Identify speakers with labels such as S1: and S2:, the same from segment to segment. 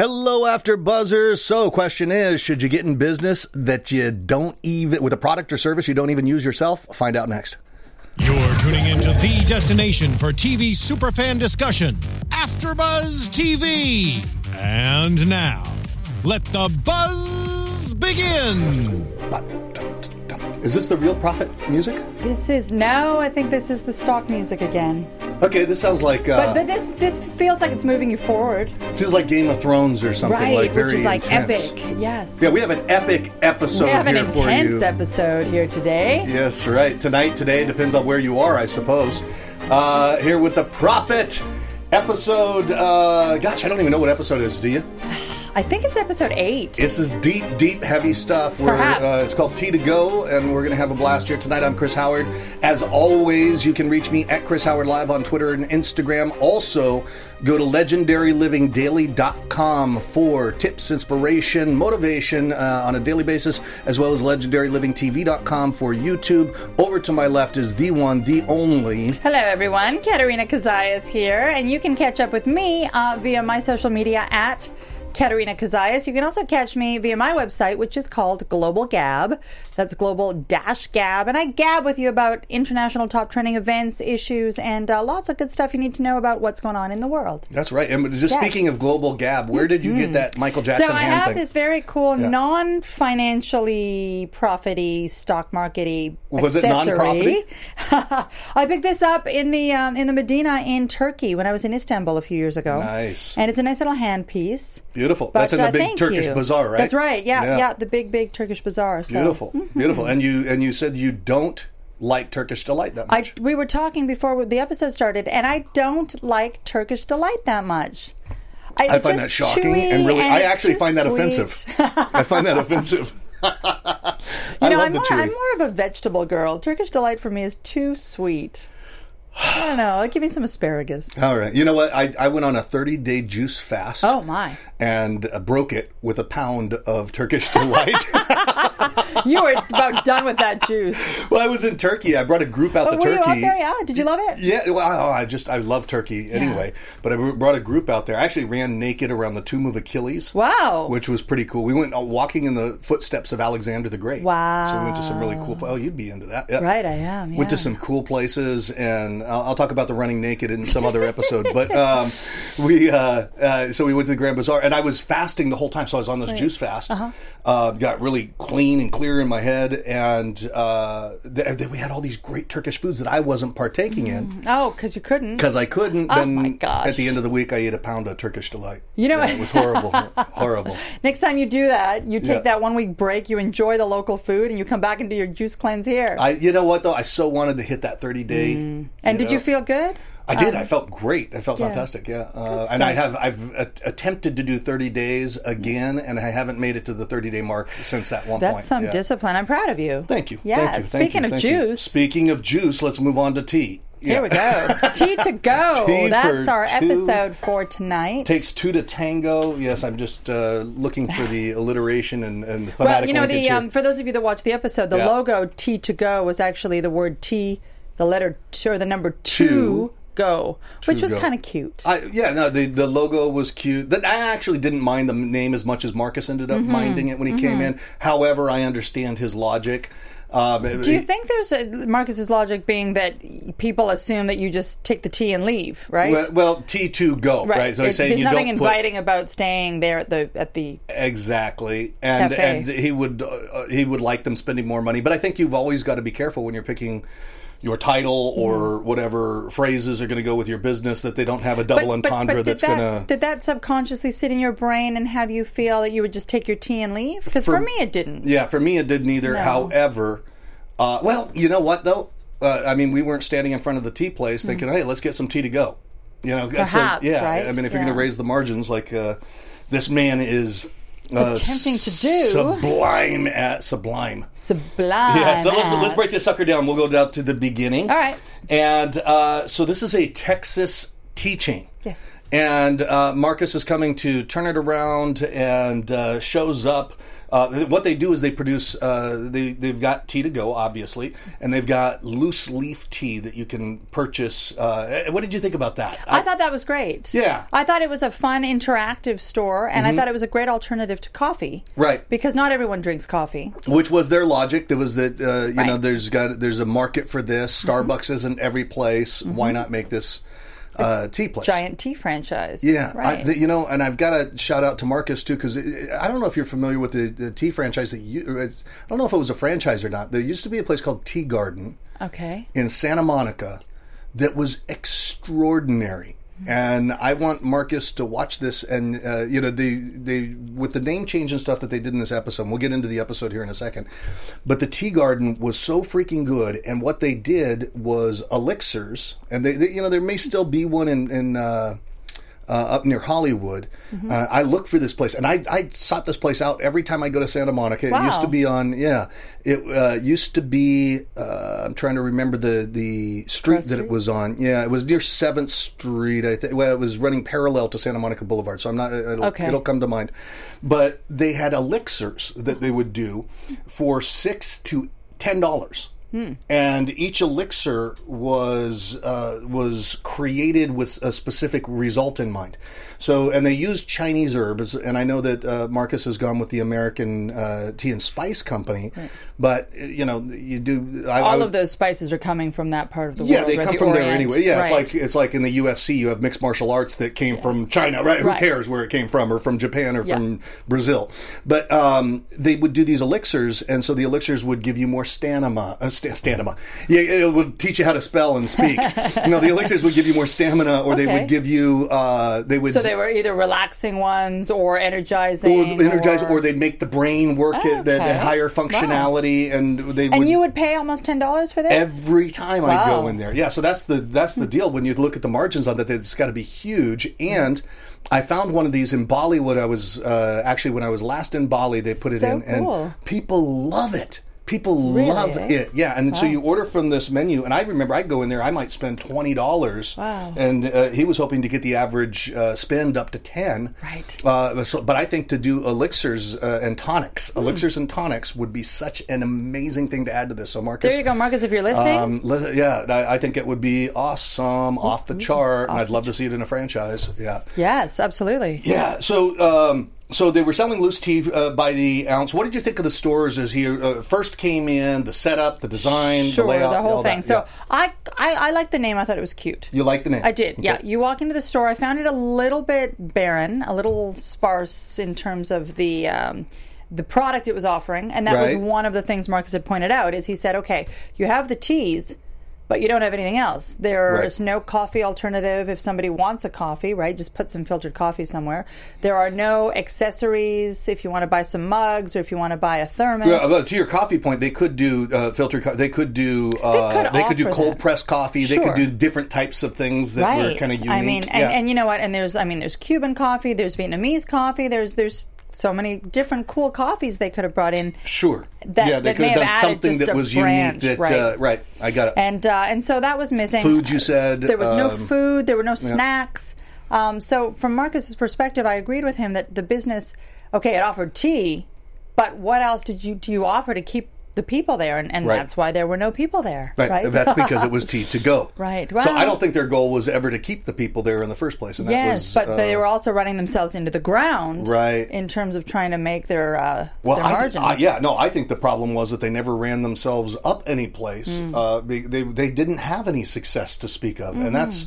S1: Hello, After Buzzers. So, question is, should you get in business that you don't even with a product or service you don't even use yourself? Find out next.
S2: You're tuning into the destination for TV superfan discussion, AfterBuzz TV. And now, let the buzz begin.
S1: Is this the real profit music?
S3: This is no. I think this is the stock music again.
S1: Okay, this sounds like
S3: But,
S1: uh,
S3: but this this feels like it's moving you forward,
S1: feels like Game of Thrones or something
S3: right?
S1: like very
S3: which is like
S1: intense.
S3: epic. Yes.
S1: Yeah, we have an epic episode
S3: We have an
S1: here for you.
S3: intense episode here today.
S1: Yes, right. Tonight, today depends on where you are, I suppose. Uh, here with the profit episode. Uh, gosh, I don't even know what episode it is. Do you?
S3: I think it's episode eight.
S1: This is deep, deep, heavy stuff. We're,
S3: Perhaps.
S1: Uh, it's called Tea to Go, and we're going to have a blast here tonight. I'm Chris Howard. As always, you can reach me at Chris Howard Live on Twitter and Instagram. Also, go to legendarylivingdaily.com for tips, inspiration, motivation uh, on a daily basis, as well as legendarylivingtv.com for YouTube. Over to my left is the one, the only.
S3: Hello, everyone. Katerina Kazayas here, and you can catch up with me uh, via my social media at Katerina Kazayas. You can also catch me via my website, which is called Global Gab. That's global dash gab. And I gab with you about international top trending events, issues, and uh, lots of good stuff you need to know about what's going on in the world.
S1: That's right. And just
S3: Yes. Mm-hmm.
S1: speaking of global gab, where did you get that Michael Jackson
S3: So I
S1: hand
S3: have
S1: thing?
S3: this very cool non-financially profity stock markety
S1: Was it
S3: accessory.
S1: non-profity?
S3: I picked this up in the um, in the Medina in Turkey when I was in Istanbul a few years ago.
S1: Nice.
S3: and it's a nice little handpiece.
S1: Beautiful.
S3: But,
S1: That's in the
S3: uh,
S1: big
S3: thank
S1: Turkish
S3: you.
S1: bazaar, right?
S3: That's right. Yeah,
S1: Yeah.
S3: yeah, the big big Turkish bazaar. So. mm-hmm.
S1: Beautiful, beautiful. And you and you said you don't like Turkish delight that
S3: I,
S1: much.
S3: we were talking before the episode started, and I don't like Turkish delight that much.
S1: I
S3: it's
S1: find
S3: just
S1: that shocking
S3: chewy
S1: and really. I
S3: it's
S1: actually
S3: too
S1: find that
S3: sweet.
S1: offensive. I find that offensive. I
S3: You know,
S1: love
S3: I'm
S1: the
S3: more,
S1: chewy.
S3: I'm more of a vegetable girl. Turkish delight for me is too sweet. I don't know. Give me some asparagus.
S1: All right, you know what? I, I went on a 30 day juice fast.
S3: Oh my!
S1: And uh, broke it with a pound of Turkish delight.
S3: You were about done with that juice.
S1: well, I was in Turkey. I brought a group out
S3: But
S1: to
S3: were
S1: Turkey.
S3: you out there? Yeah. Did you love it?
S1: Yeah, well, I I just I love Turkey anyway. But I brought a group out there. I actually ran naked around the tomb of Achilles.
S3: Wow.
S1: which was pretty cool. We went uh, walking in the footsteps of Alexander the Great.
S3: Wow.
S1: So we went to some really cool. Pl- oh, you'd be into that. Yeah.
S3: Right, I am.
S1: Went to
S3: yeah.
S1: some cool places, and I'll, I'll talk about the running naked in some other episode. But um, we, uh, uh, so we went to the Grand Bazaar, and I was fasting the whole time, so I was on this juice fast.
S3: Uh-huh.
S1: uh got really clean and clear in my head, and uh, th- th- we had all these great Turkish foods that I wasn't partaking in
S3: Oh, because you couldn't.
S1: because I couldn't. then
S3: Oh my gosh.
S1: at the end of the week, I ate a pound of Turkish delight.
S3: You know-
S1: Yeah, it was horrible, horrible.
S3: Next time you do that, you take
S1: Yeah.
S3: that one week break. You enjoy the local food, and you come back and do your juice cleanse here.
S1: I, you know what though, I so wanted to hit that 30 day.
S3: Mm. and did
S1: know.
S3: you feel good?
S1: I did. I felt great. I felt fantastic. Yeah, uh, and I
S3: stuff.
S1: have. I've uh, attempted to do 30 days again, and I haven't made it to the 30 day mark since that one
S3: That's
S1: point.
S3: some
S1: yeah.
S3: discipline. I'm proud of you.
S1: Thank you.
S3: Yeah.
S1: Thank you. Thank
S3: speaking
S1: you.
S3: of
S1: Thank you.
S3: juice,
S1: Speaking of juice, let's move on to tea.
S3: here we go. Tea to go.
S1: Tea
S3: That's
S1: for
S3: our
S1: two.
S3: episode for tonight.
S1: Takes two to tango. Yes, I'm just uh, looking for the alliteration and, and the
S3: Well,
S1: thematic
S3: you know,
S1: linkage
S3: the
S1: here.
S3: um, for those of you that watched the episode, the
S1: Yeah.
S3: logo T to go was actually the word T, the letter t- or the number two,
S1: Two.
S3: go, which was
S1: go. Uh,
S3: kind of cute.
S1: I, yeah, no, the, the logo was cute. That I actually didn't mind the name as much as Marcus ended
S3: Mm-hmm.
S1: up minding it when he came in. However, I understand his logic. Um,
S3: Do you think there's a, Marcus's logic being that people assume that you just take the T and leave, right?
S1: Well, well T two go right. So
S3: It-
S1: he's saying
S3: there's
S1: you
S3: nothing
S1: don't put-
S3: inviting about staying there at the at the
S1: exactly, and
S3: Cafe.
S1: and he would uh, he would like them spending more money. But I think you've always got to be careful when you're picking. Your title or
S3: Mm-hmm.
S1: whatever phrases are going to go with your business that they don't have a double entendre
S3: did
S1: that's
S3: that,
S1: going to.
S3: did that subconsciously sit in your brain and have you feel that you would just take your tea and leave? Because for,
S1: For-
S3: me, it didn't.
S1: Yeah, for me it didn't either.
S3: No.
S1: However, uh, well, you know what though? Uh, I mean, we weren't standing in front of the tea place thinking, "Hey, let's get some tea to go." You know,
S3: Mm. Perhaps,
S1: yeah.
S3: right?
S1: I mean, if you're
S3: Yeah.
S1: going to raise the margins, like uh, this man is uh,
S3: Attempting to do.
S1: sublime at sublime.
S3: Sublime.
S1: Yeah, so let's, let's
S3: ass.
S1: break this sucker down. We'll go down to the beginning.
S3: All right.
S1: And uh, so this is a Texas tea chain.
S3: Yes.
S1: And uh, Marcus is coming to turn it around and uh, shows up. Uh, what they do is they produce. Uh, they they've got tea to go, obviously, and they've got loose leaf tea that you can purchase. Uh, what did you think about that?
S3: I thought that was great.
S1: Yeah. Mm-hmm.
S3: I thought it was a fun, interactive store, and I thought it was a great alternative to coffee.
S1: Right.
S3: Because not everyone drinks coffee.
S1: Uh, which was their logic. That was that uh, you know
S3: Right. Mm-hmm.
S1: there's got there's a market for this. Starbucks isn't every place. Why not make this uh, tea place?
S3: Giant tea franchise.
S1: Yeah, I,
S3: Right.
S1: th- you know, and I've got to shout out to Marcus too because I don't know if you're familiar with the, the tea franchise that you. or it's- I don't know if it was a franchise or not. There used to be a place called Tea Garden
S3: okay.
S1: in Santa Monica that was extraordinary. And I want Marcus to watch this, and uh, you know, they they with the name change and stuff that they did in this episode. and we'll get into the episode here in a second, but the Tea Garden was so freaking good, and what they did was elixirs, and they, they you know there may still be one in in. Uh, uh, up near Hollywood, uh, I look for this place, and I, I sought this place out every time I go to Santa Monica. It used to
S3: Wow.
S1: be on, yeah, it uh, used to be. Uh, I'm trying to remember the the street that it was on. Yeah, it was near Seventh Street. I think. Well, it was running parallel to Santa Monica Boulevard, so I'm not. It'll,
S3: Okay.
S1: it'll come to mind. But they had elixirs that they would do for six to ten dollars.
S3: Hmm.
S1: And each elixir was uh, was created with a specific result in mind. So, and they used Chinese herbs. And I know that uh, Marcus has gone with the American uh, Tea and Spice Company, but uh, you know, you do I,
S3: All
S1: I-
S3: of those spices are coming from that part of the
S1: yeah,
S3: world.
S1: they
S3: or
S1: come
S3: the
S1: from there
S3: Orient.
S1: anyway. Yeah,
S3: Right.
S1: it's like it's like in the UFC, you have mixed martial arts that came from China, right? Who
S3: Right.
S1: cares where it came from, or from Japan, or
S3: Yeah.
S1: from Brazil? But um, they would do these elixirs, and so the elixirs would give you more stamina. Uh, sta- stamina, yeah, it would teach you how to spell and speak. you know, the elixirs would give you more stamina, or they
S3: Okay.
S1: would give you uh, they would
S3: So they were either relaxing ones or energizing.
S1: or energize, or, they'd make the brain work at, at
S3: Okay.
S1: a higher functionality, and they
S3: And
S1: would
S3: you would pay almost ten dollars for this.
S1: every time I go
S3: Wow.
S1: in there. Yeah, so that's the that's the deal. When you look at the margins on that, it's got to be huge. And I found one of these in Bali when I was uh, actually when I was last in Bali. They put it
S3: So
S1: in,
S3: cool.
S1: and people love it. People
S3: Really,
S1: love
S3: eh?
S1: it. Yeah, and so you order from this menu, and I remember I go in there. I might spend twenty dollars.
S3: Wow.
S1: And uh, he was hoping to get the average uh, spend up to ten.
S3: Right.
S1: Uh, so, but I think to do elixirs uh, and tonics,
S3: Hmm.
S1: elixirs and tonics would be such an amazing thing to add to this. So Marcus,
S3: there you go, Marcus. If you're listening,
S1: um, let- yeah, I, I think it would be awesome, off the chart, and I'd love to see it in a franchise. Yeah,
S3: yes, absolutely.
S1: yeah. So, um, so they were selling loose tea uh, by the ounce. What did you think of the stores as he uh, first came in? The setup, the design,
S3: Sure,
S1: the layout,
S3: the whole
S1: all that?
S3: thing. So
S1: Yeah.
S3: I, I, I like the name. I thought it was cute.
S1: you like the name?
S3: I did. Yeah.
S1: Okay.
S3: You walk into the store. I found it a little bit barren, a little sparse in terms of the. Um, the product it was offering, and that
S1: Right.
S3: was one of the things Marcus had pointed out. Is he said, "Okay, you have the teas, but you don't have anything else. There's
S1: Right.
S3: no coffee alternative. If somebody wants a coffee, right, just put some filtered coffee somewhere. There are no accessories. If you want to buy some mugs, or if you want to buy a thermos,
S1: Yeah, well, Uh, to your coffee point, they could do uh, filtered. Co- they could do. Uh,
S3: could
S1: do
S3: offer
S1: cold
S3: that.
S1: pressed coffee. They
S3: Sure.
S1: could do different types of things that were kind of unique.
S3: I mean, and,
S1: Yeah.
S3: and you know what? And there's, I mean, there's Cuban coffee, there's Vietnamese coffee, there's there's so many different cool coffees they could have brought in,
S1: sure.
S3: that-
S1: yeah, they
S3: that
S1: could
S3: may
S1: have
S3: have
S1: done
S3: added
S1: something
S3: just
S1: that
S3: a
S1: was
S3: branch,
S1: unique. That
S3: right.
S1: uh, right. I got it.
S3: and uh, and so that was missing.
S1: food you said
S3: There was no
S1: um,
S3: food. There were no snacks. Um, so from Marcus's perspective, I agreed with him that the business, okay, it offered tea, but what else did you do you offer to keep the people there? And, and
S1: Right.
S3: that's why there were no people there.
S1: Right.
S3: Right.
S1: That's because it was tea to go.
S3: Right.
S1: so I
S3: Well-
S1: don't think their goal was ever to keep the people there in the first place. And that
S3: Yes,
S1: was,
S3: but they
S1: uh,
S3: were also running themselves into the ground,
S1: Right.
S3: In terms of trying to make their uh,
S1: well,
S3: their
S1: I,
S3: margins.
S1: I- yeah, no, I think the problem was that they never ran themselves up any place.
S3: Mm.
S1: Uh, be- they they didn't have any success to speak of,
S3: Mm-hmm.
S1: and that's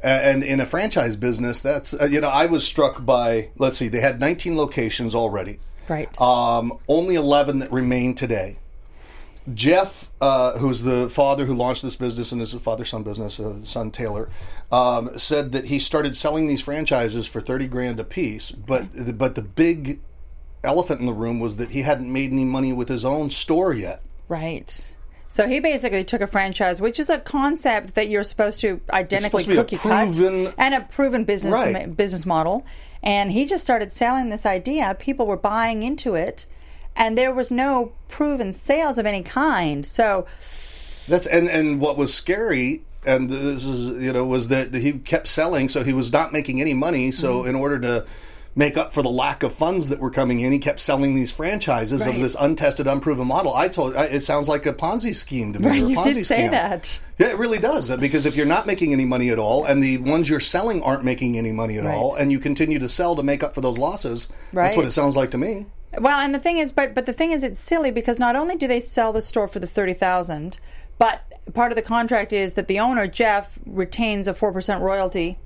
S1: and in a franchise business, that's uh, you know I was struck by let's see, they had 19 locations already.
S3: Right.
S1: Um, only 11 that remain today. Jeff, uh, who's the father who launched this business and is a father son business, uh, son Taylor, um, said that he started selling these franchises for 30 grand a piece, but, but the big elephant in the room was that he hadn't made any money with his own store yet.
S3: Right. So he basically took a franchise, which is a concept that you're supposed to identically
S1: supposed to be
S3: cookie
S1: a proven-
S3: cut and a proven business
S1: Right.
S3: ma- business model. And he just started selling this idea. People were buying into it, and there was no proven sales of any kind. So
S1: That's and and what was scary and this is you know was that he kept selling, so he was not making any money. So
S3: Mm-hmm.
S1: in order to make up for the lack of funds that were coming in, he kept selling these franchises of
S3: Right.
S1: this untested, unproven model. I told I, it sounds like a Ponzi scheme to me.
S3: Right,
S1: or a
S3: you
S1: Ponzi
S3: did say
S1: scam.
S3: that.
S1: Yeah, it really does. uh, Because if you're not making any money at all, and the ones you're selling aren't making any money at
S3: Right.
S1: all, and you continue to sell to make up for those losses, that's what
S3: Right.
S1: it sounds like to me.
S3: Well, and the thing is, but but the thing is, it's silly because not only do they sell the store for the thirty thousand, but part of the contract is that the owner Jeff retains a four percent royalty.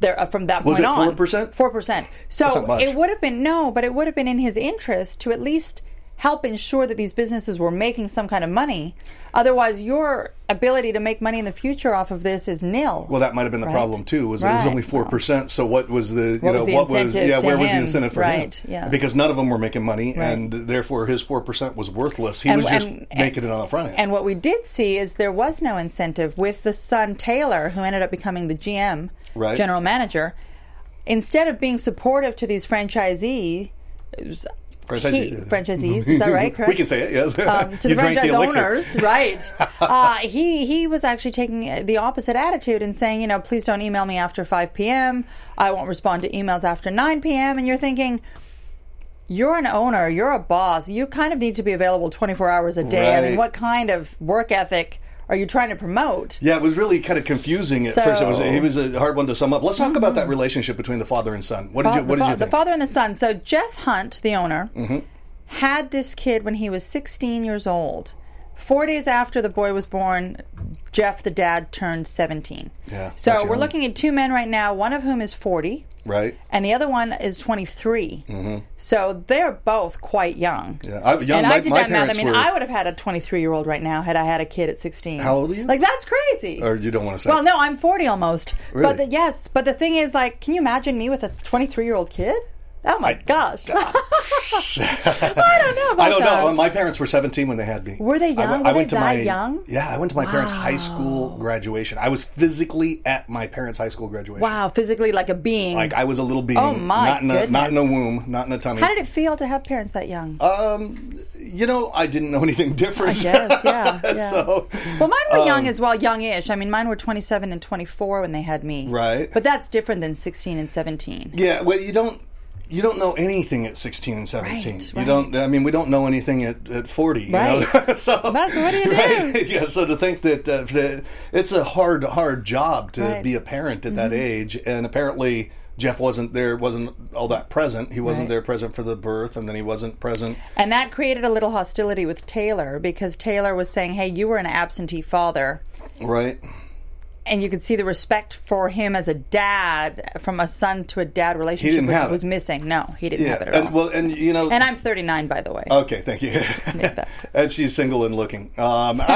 S3: There, uh, from that
S1: Was
S3: point
S1: it
S3: on,
S1: 4%?
S3: Four percent. So
S1: not much.
S3: it would have been no, but it would have been in his interest to at least help ensure that these businesses were making some kind of money. Otherwise, your ability to make money in the future off of this is nil.
S1: Well, that might have been the
S3: Right.
S1: problem too. Was it was
S3: Right.
S1: only four percent? So what was the you know
S3: What was the
S1: what was
S3: incentive
S1: yeah
S3: to
S1: where was the
S3: him?
S1: incentive for
S3: Right,
S1: him?
S3: yeah.
S1: Because none of them were making money, and therefore his four percent was worthless. He
S3: And-
S1: was just
S3: and-
S1: making it on the front end.
S3: And what we did see is there was no incentive with the son Taylor, who ended up becoming the GM,
S1: Right.
S3: general manager. Instead of being supportive to these franchisees, he-
S1: Franchisees.
S3: franchisees, is that right? Correct.
S1: we can say it. Yes,
S3: Um, to the franchise owners, right? Uh, he he was actually taking the opposite attitude and saying, you know, please don't email me after 5 p.m. I won't respond to emails after 9 p.m. And you're thinking, you're an owner, you're a boss, you kind of need to be available 24 hours a day. I mean,
S1: Right.
S3: what kind of work ethic are you trying to promote?
S1: Yeah, it was really kind of confusing at first. It was
S3: So- Mm-hmm.
S1: it was a hard one to sum up. Let's talk about that relationship between the father and son. What did you
S3: Fa-
S1: What
S3: the,
S1: did
S3: fa-
S1: you
S3: the
S1: think? Mm-hmm.
S3: father and the son. So Jeff Hunt, the owner, had this kid when he was 16 years old. Four days after the boy was born, Jeff, the dad, turned 17.
S1: Yeah, that's
S3: So we're
S1: young.
S3: looking at two men right now, one of whom is 40
S1: right.
S3: and the other one is 23. So they're both quite young.
S1: Mm-hmm. Yeah, I- young,
S3: and
S1: my-
S3: I did
S1: my
S3: that math. I
S1: parents
S3: mean,
S1: were-
S3: I would have had a 23 year old right now had I had a kid at 16.
S1: How old are you?
S3: Like, that's crazy.
S1: Or you don't want to say?
S3: well, no, I'm 40 almost.
S1: Really?
S3: But the, yes, but the thing is, like, can you imagine me with a 23 year old kid? Oh my gosh. I don't know about
S1: I don't
S3: that.
S1: know. My parents were 17 when they had me.
S3: Were they
S1: I w-
S3: young?
S1: I,
S3: Were
S1: went
S3: they
S1: to my
S3: that young?
S1: Yeah, I went to my parents' high school graduation. I was physically at my parents' high school graduation.
S3: wow, physically like a being.
S1: Like I was a little being.
S3: Oh, my
S1: not in a, Not in a
S3: goodness.
S1: womb. Not in a tummy.
S3: How did it feel to have parents that young?
S1: Uh, you know, I didn't know anything different.
S3: I guess, yeah, yeah.
S1: so um,
S3: Well, mine were young as well, youngish. I mean, mine were 27 and 24 when they had me.
S1: Right.
S3: But that's different than 16 and 17.
S1: yeah, well, you don't. You don't know anything at 16 and 17.
S3: Right,
S1: you
S3: right.
S1: don't, I mean, we don't know anything at, at 40. You know?
S3: Right.
S1: so,
S3: That's- what do you do?
S1: right? Yeah, so to think that uh, that it's a hard, hard job to
S3: Right. Mm-hmm.
S1: be a parent at that age, and apparently Jeff wasn't there, wasn't all that present. He wasn't
S3: Right.
S1: there present for the birth, and then he wasn't present.
S3: And that created a little hostility with Taylor because Taylor was saying, hey, you were an absentee father.
S1: Right.
S3: And you could see the respect for him as a dad from a son to a dad relationship
S1: didn't
S3: was,
S1: have it.
S3: was missing. No, he didn't have it at
S1: and
S3: all.
S1: well, and you know,
S3: and I'm 39, by the way.
S1: Okay, thank you. and she's single and looking. Um,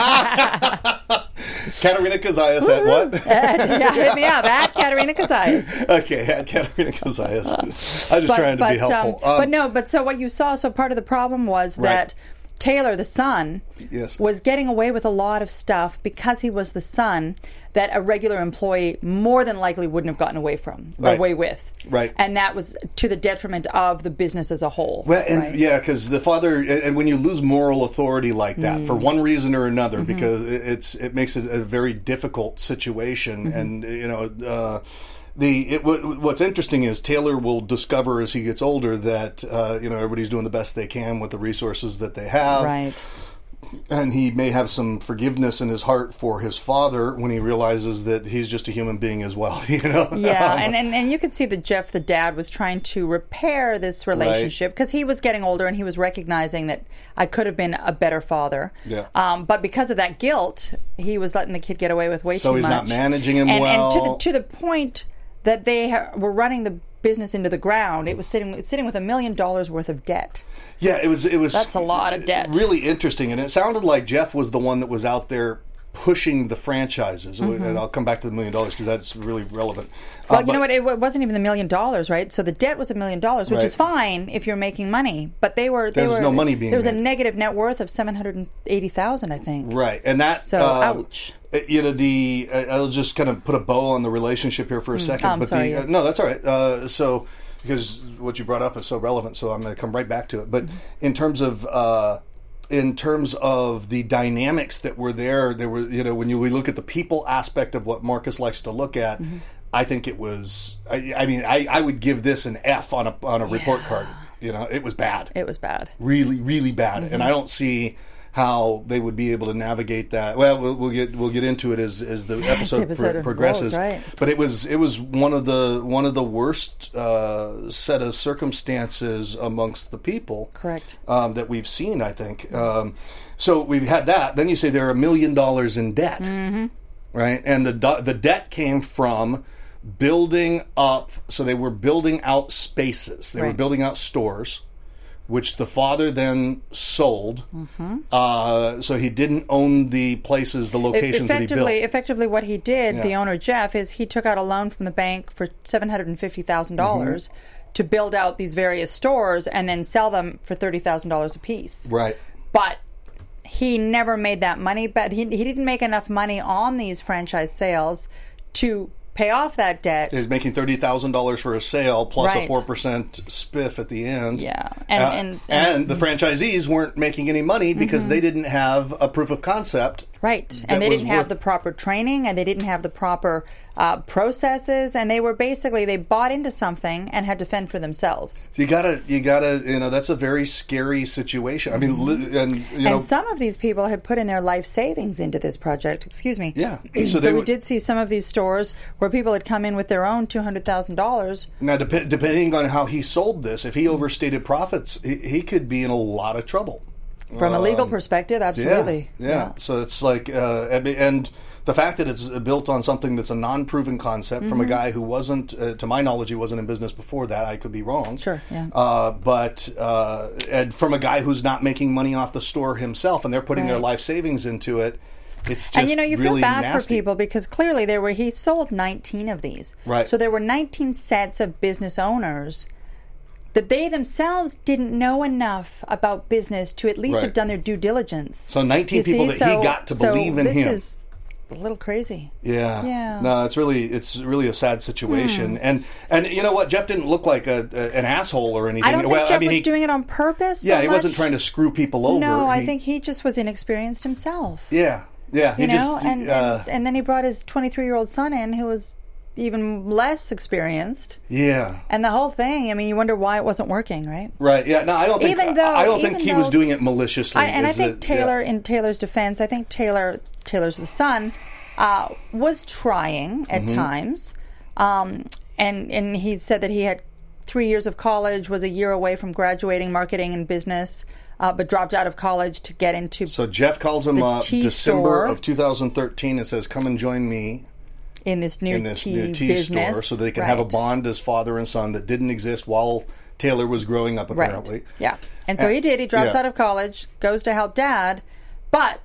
S1: Katarina Kazayas at what?
S3: yeah, hit me up at Katerina Casais.
S1: okay, at Katarina Kazayas. I was just trying to be helpful. Um,
S3: um, Uh, but no, but so what you saw, so part of the problem was that Taylor, the son,
S1: Yes.
S3: was getting away with a lot of stuff because he was the son that a regular employee more than likely wouldn't have gotten away from,
S1: Right.
S3: away with.
S1: Right.
S3: And that was to the detriment of the business as a whole.
S1: Well, and
S3: right?
S1: yeah, because the father, and- and when you lose moral authority like that for
S3: Mm.
S1: one reason or another,
S3: Mm-hmm.
S1: because it- it's it makes it a very difficult situation,
S3: Mm-hmm.
S1: and you know. Uh, the it, what, what's interesting is Taylor will discover as he gets older that uh, you know everybody's doing the best they can with the resources that they have,
S3: Right.
S1: and he may have some forgiveness in his heart for his father when he realizes that he's just a human being as well. You know?
S3: Yeah, and, and, and you could see that Jeff, the dad, was trying to repair this relationship because he was getting older and he was recognizing that I could have been a better father.
S1: Yeah.
S3: Um, but because of that guilt, he was letting the kid get away with way
S1: So
S3: too
S1: he's
S3: much.
S1: not managing him
S3: and,
S1: well.
S3: And to the, to the point that they ha- were running the business into the ground, it was sitting sitting with a million dollars worth of debt.
S1: yeah, it was. It was.
S3: That's a lot of debt.
S1: Really interesting, and it sounded like Jeff was the one that was out there pushing the franchises. And I'll come back to the million dollars because that's really relevant.
S3: Mm-hmm. Well,
S1: Uh,
S3: you
S1: but-
S3: know what? It wa- wasn't even the million dollars, right? So the debt was a million dollars, which
S1: Right.
S3: is fine if you're making money. But they were they
S1: There was
S3: were,
S1: no money being
S3: there was a
S1: made.
S3: negative net worth of seven hundred and eighty thousand, I think.
S1: Right, and that
S3: So,
S1: uh,
S3: ouch.
S1: uh, You know the uh, I'll just kind of put a bow on the relationship here for a second.
S3: I'm
S1: but
S3: Mm, sorry,
S1: the, uh,
S3: yes.
S1: no, that's all right. Uh, so
S3: Mm-hmm.
S1: because what you brought up is so relevant, so I'm going to come right back to it. But in terms of uh, in terms of the dynamics that were there, there were you know when you we look at the people aspect of what Marcus likes to look at,
S3: Mm-hmm.
S1: I think it was. I, I mean, I, I would give this an F on a on a report card. You know, it was bad,
S3: It was bad.
S1: really really bad,
S3: Mm-hmm.
S1: and I don't see how they would be able to navigate that. Well, we'll, we'll get we'll get into it as as the episode,
S3: episode
S1: pro-
S3: rolls,
S1: progresses.
S3: right.
S1: But it was it was one of the one of the worst uh, set of circumstances amongst the people.
S3: Correct.
S1: Um, that we've seen, I think. Um, so we've had that. Then you say they're a million dollars in debt,
S3: Mm-hmm.
S1: right? And the do- the debt came from building up. So they were building out spaces. They were
S3: Right.
S1: building out stores, which the father then sold.
S3: Mm-hmm.
S1: Uh, so he didn't own the places, the locations that he built.
S3: E-, effectively, effectively, what he did, the
S1: Yeah.
S3: owner Jeff, is he took out a loan from the bank for seven hundred and fifty thousand dollars
S1: Mm-hmm.
S3: to build out these various stores and then sell them for thirty thousand dollars a piece.
S1: Right.
S3: But he never made that money. But he he didn't make enough money on these franchise sales to pay off that debt.
S1: Is making thirty thousand dollars for a sale plus a
S3: Right.
S1: four percent spiff at the end.
S3: Yeah.
S1: and,
S3: And-
S1: and,
S3: and- Mm-hmm.
S1: the franchisees weren't making any money because they didn't have a proof of concept.
S3: Right,
S1: that
S3: and they
S1: was
S3: didn't have
S1: worth-
S3: the proper training, and they didn't have the proper uh, processes, and they were basically they bought into something and had to fend for themselves.
S1: You gotta, you gotta, you know, that's a very scary situation. I mean, li- and you know,
S3: Mm-hmm. and some of these people had put in their life savings into this project. Excuse me.
S1: Yeah, so
S3: So,
S1: they
S3: we
S1: would-
S3: did see some of these stores where people had come in with their own two hundred thousand dollars.
S1: now dep- depending on how he sold this, if he overstated profits, he, he could be in a lot of trouble.
S3: From a legal perspective, absolutely.
S1: Yeah, yeah. So it's like, uh, and- and the fact that it's built on something that's a non-proven concept
S3: Mm-hmm.
S1: from a guy who wasn't, uh, to my knowledge, he wasn't in business before that. I could be wrong.
S3: Sure, yeah.
S1: Uh, but uh, and from a guy who's not making money off the store himself, and they're putting their
S3: Right.
S1: life savings into it. It's just
S3: and you know you
S1: really
S3: feel bad
S1: nasty.
S3: for people because clearly there were he sold 19 of these
S1: Right.
S3: so there were 19 sets of business owners that they themselves didn't know enough about business to at least
S1: Right.
S3: have done their due diligence
S1: So 19
S3: You
S1: people
S3: see,
S1: that he
S3: so-
S1: got to
S3: so
S1: believe in
S3: this
S1: him.
S3: is a little crazy
S1: Yeah.
S3: Yeah. Hmm.
S1: No, it's really it's really a sad situation, and and you know what? Jeff didn't look like a, a an asshole or anything.
S3: i don't think
S1: well,
S3: jeff
S1: I mean,
S3: was
S1: he,
S3: doing it on purpose so
S1: Yeah, he wasn't
S3: much.
S1: trying to screw people over.
S3: no i
S1: He-
S3: think he just was inexperienced himself
S1: Yeah, yeah. he
S3: you know
S1: just,
S3: and,
S1: uh,
S3: and and then he brought his 23 year old son in who was even less experienced
S1: yeah,
S3: And the whole thing, I mean, you wonder why it wasn't working, right?
S1: right. Yeah, no, I don't think.
S3: Even though-
S1: I don't think
S3: even
S1: he was
S3: though-
S1: doing it maliciously.
S3: I, and I
S1: is
S3: think
S1: it-
S3: Taylor,
S1: yeah.
S3: in Taylor's defense, I think Taylor, Taylor's the son, uh, was trying at
S1: Mm-hmm.
S3: times, um, and and he said that he had three years of college, was a year away from graduating marketing and business, uh, but dropped out of college to get into
S1: So Jeff calls him up
S3: tea
S1: December
S3: store.
S1: of 2013 and says, "Come and join me
S3: in this new
S1: in this
S3: tea
S1: new tea
S3: business,
S1: store, so they can have a
S3: Right.
S1: bond as father and son that didn't exist while Taylor was growing up, apparently."
S3: Right. Yeah. And so he did. He drops
S1: yeah.
S3: out of college, goes to help dad, but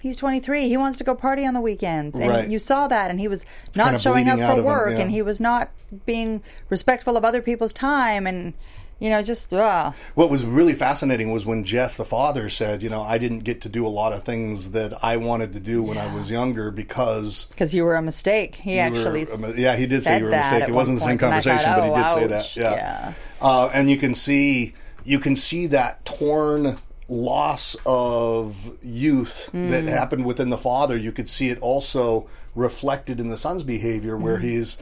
S3: he's 23. He wants to go party on the weekends. And
S1: Right.
S3: you saw that. And he was
S1: kinda
S3: not showing up
S1: bleeding out
S3: for
S1: of him,
S3: work
S1: yeah.
S3: and he was not being respectful of other people's time. And, you know, just, uh,
S1: What was really fascinating was when Jeff, the father, said, "You know, I didn't get to do a lot of things that I wanted to do when I was younger because."
S3: because you were a mistake. He
S1: you were
S3: actually.
S1: a mi- yeah, he did say
S3: said
S1: you were a
S3: that
S1: mistake.
S3: at
S1: It wasn't the
S3: one
S1: same
S3: point, and I
S1: conversation,
S3: thought,
S1: but he did
S3: "Oh,
S1: say
S3: ouch."
S1: that. Yeah,
S3: yeah.
S1: Uh, and you can see you can see that torn loss of youth
S3: Hmm.
S1: that happened within the father. You could see it also reflected in the son's behavior, where
S3: Hmm.
S1: he's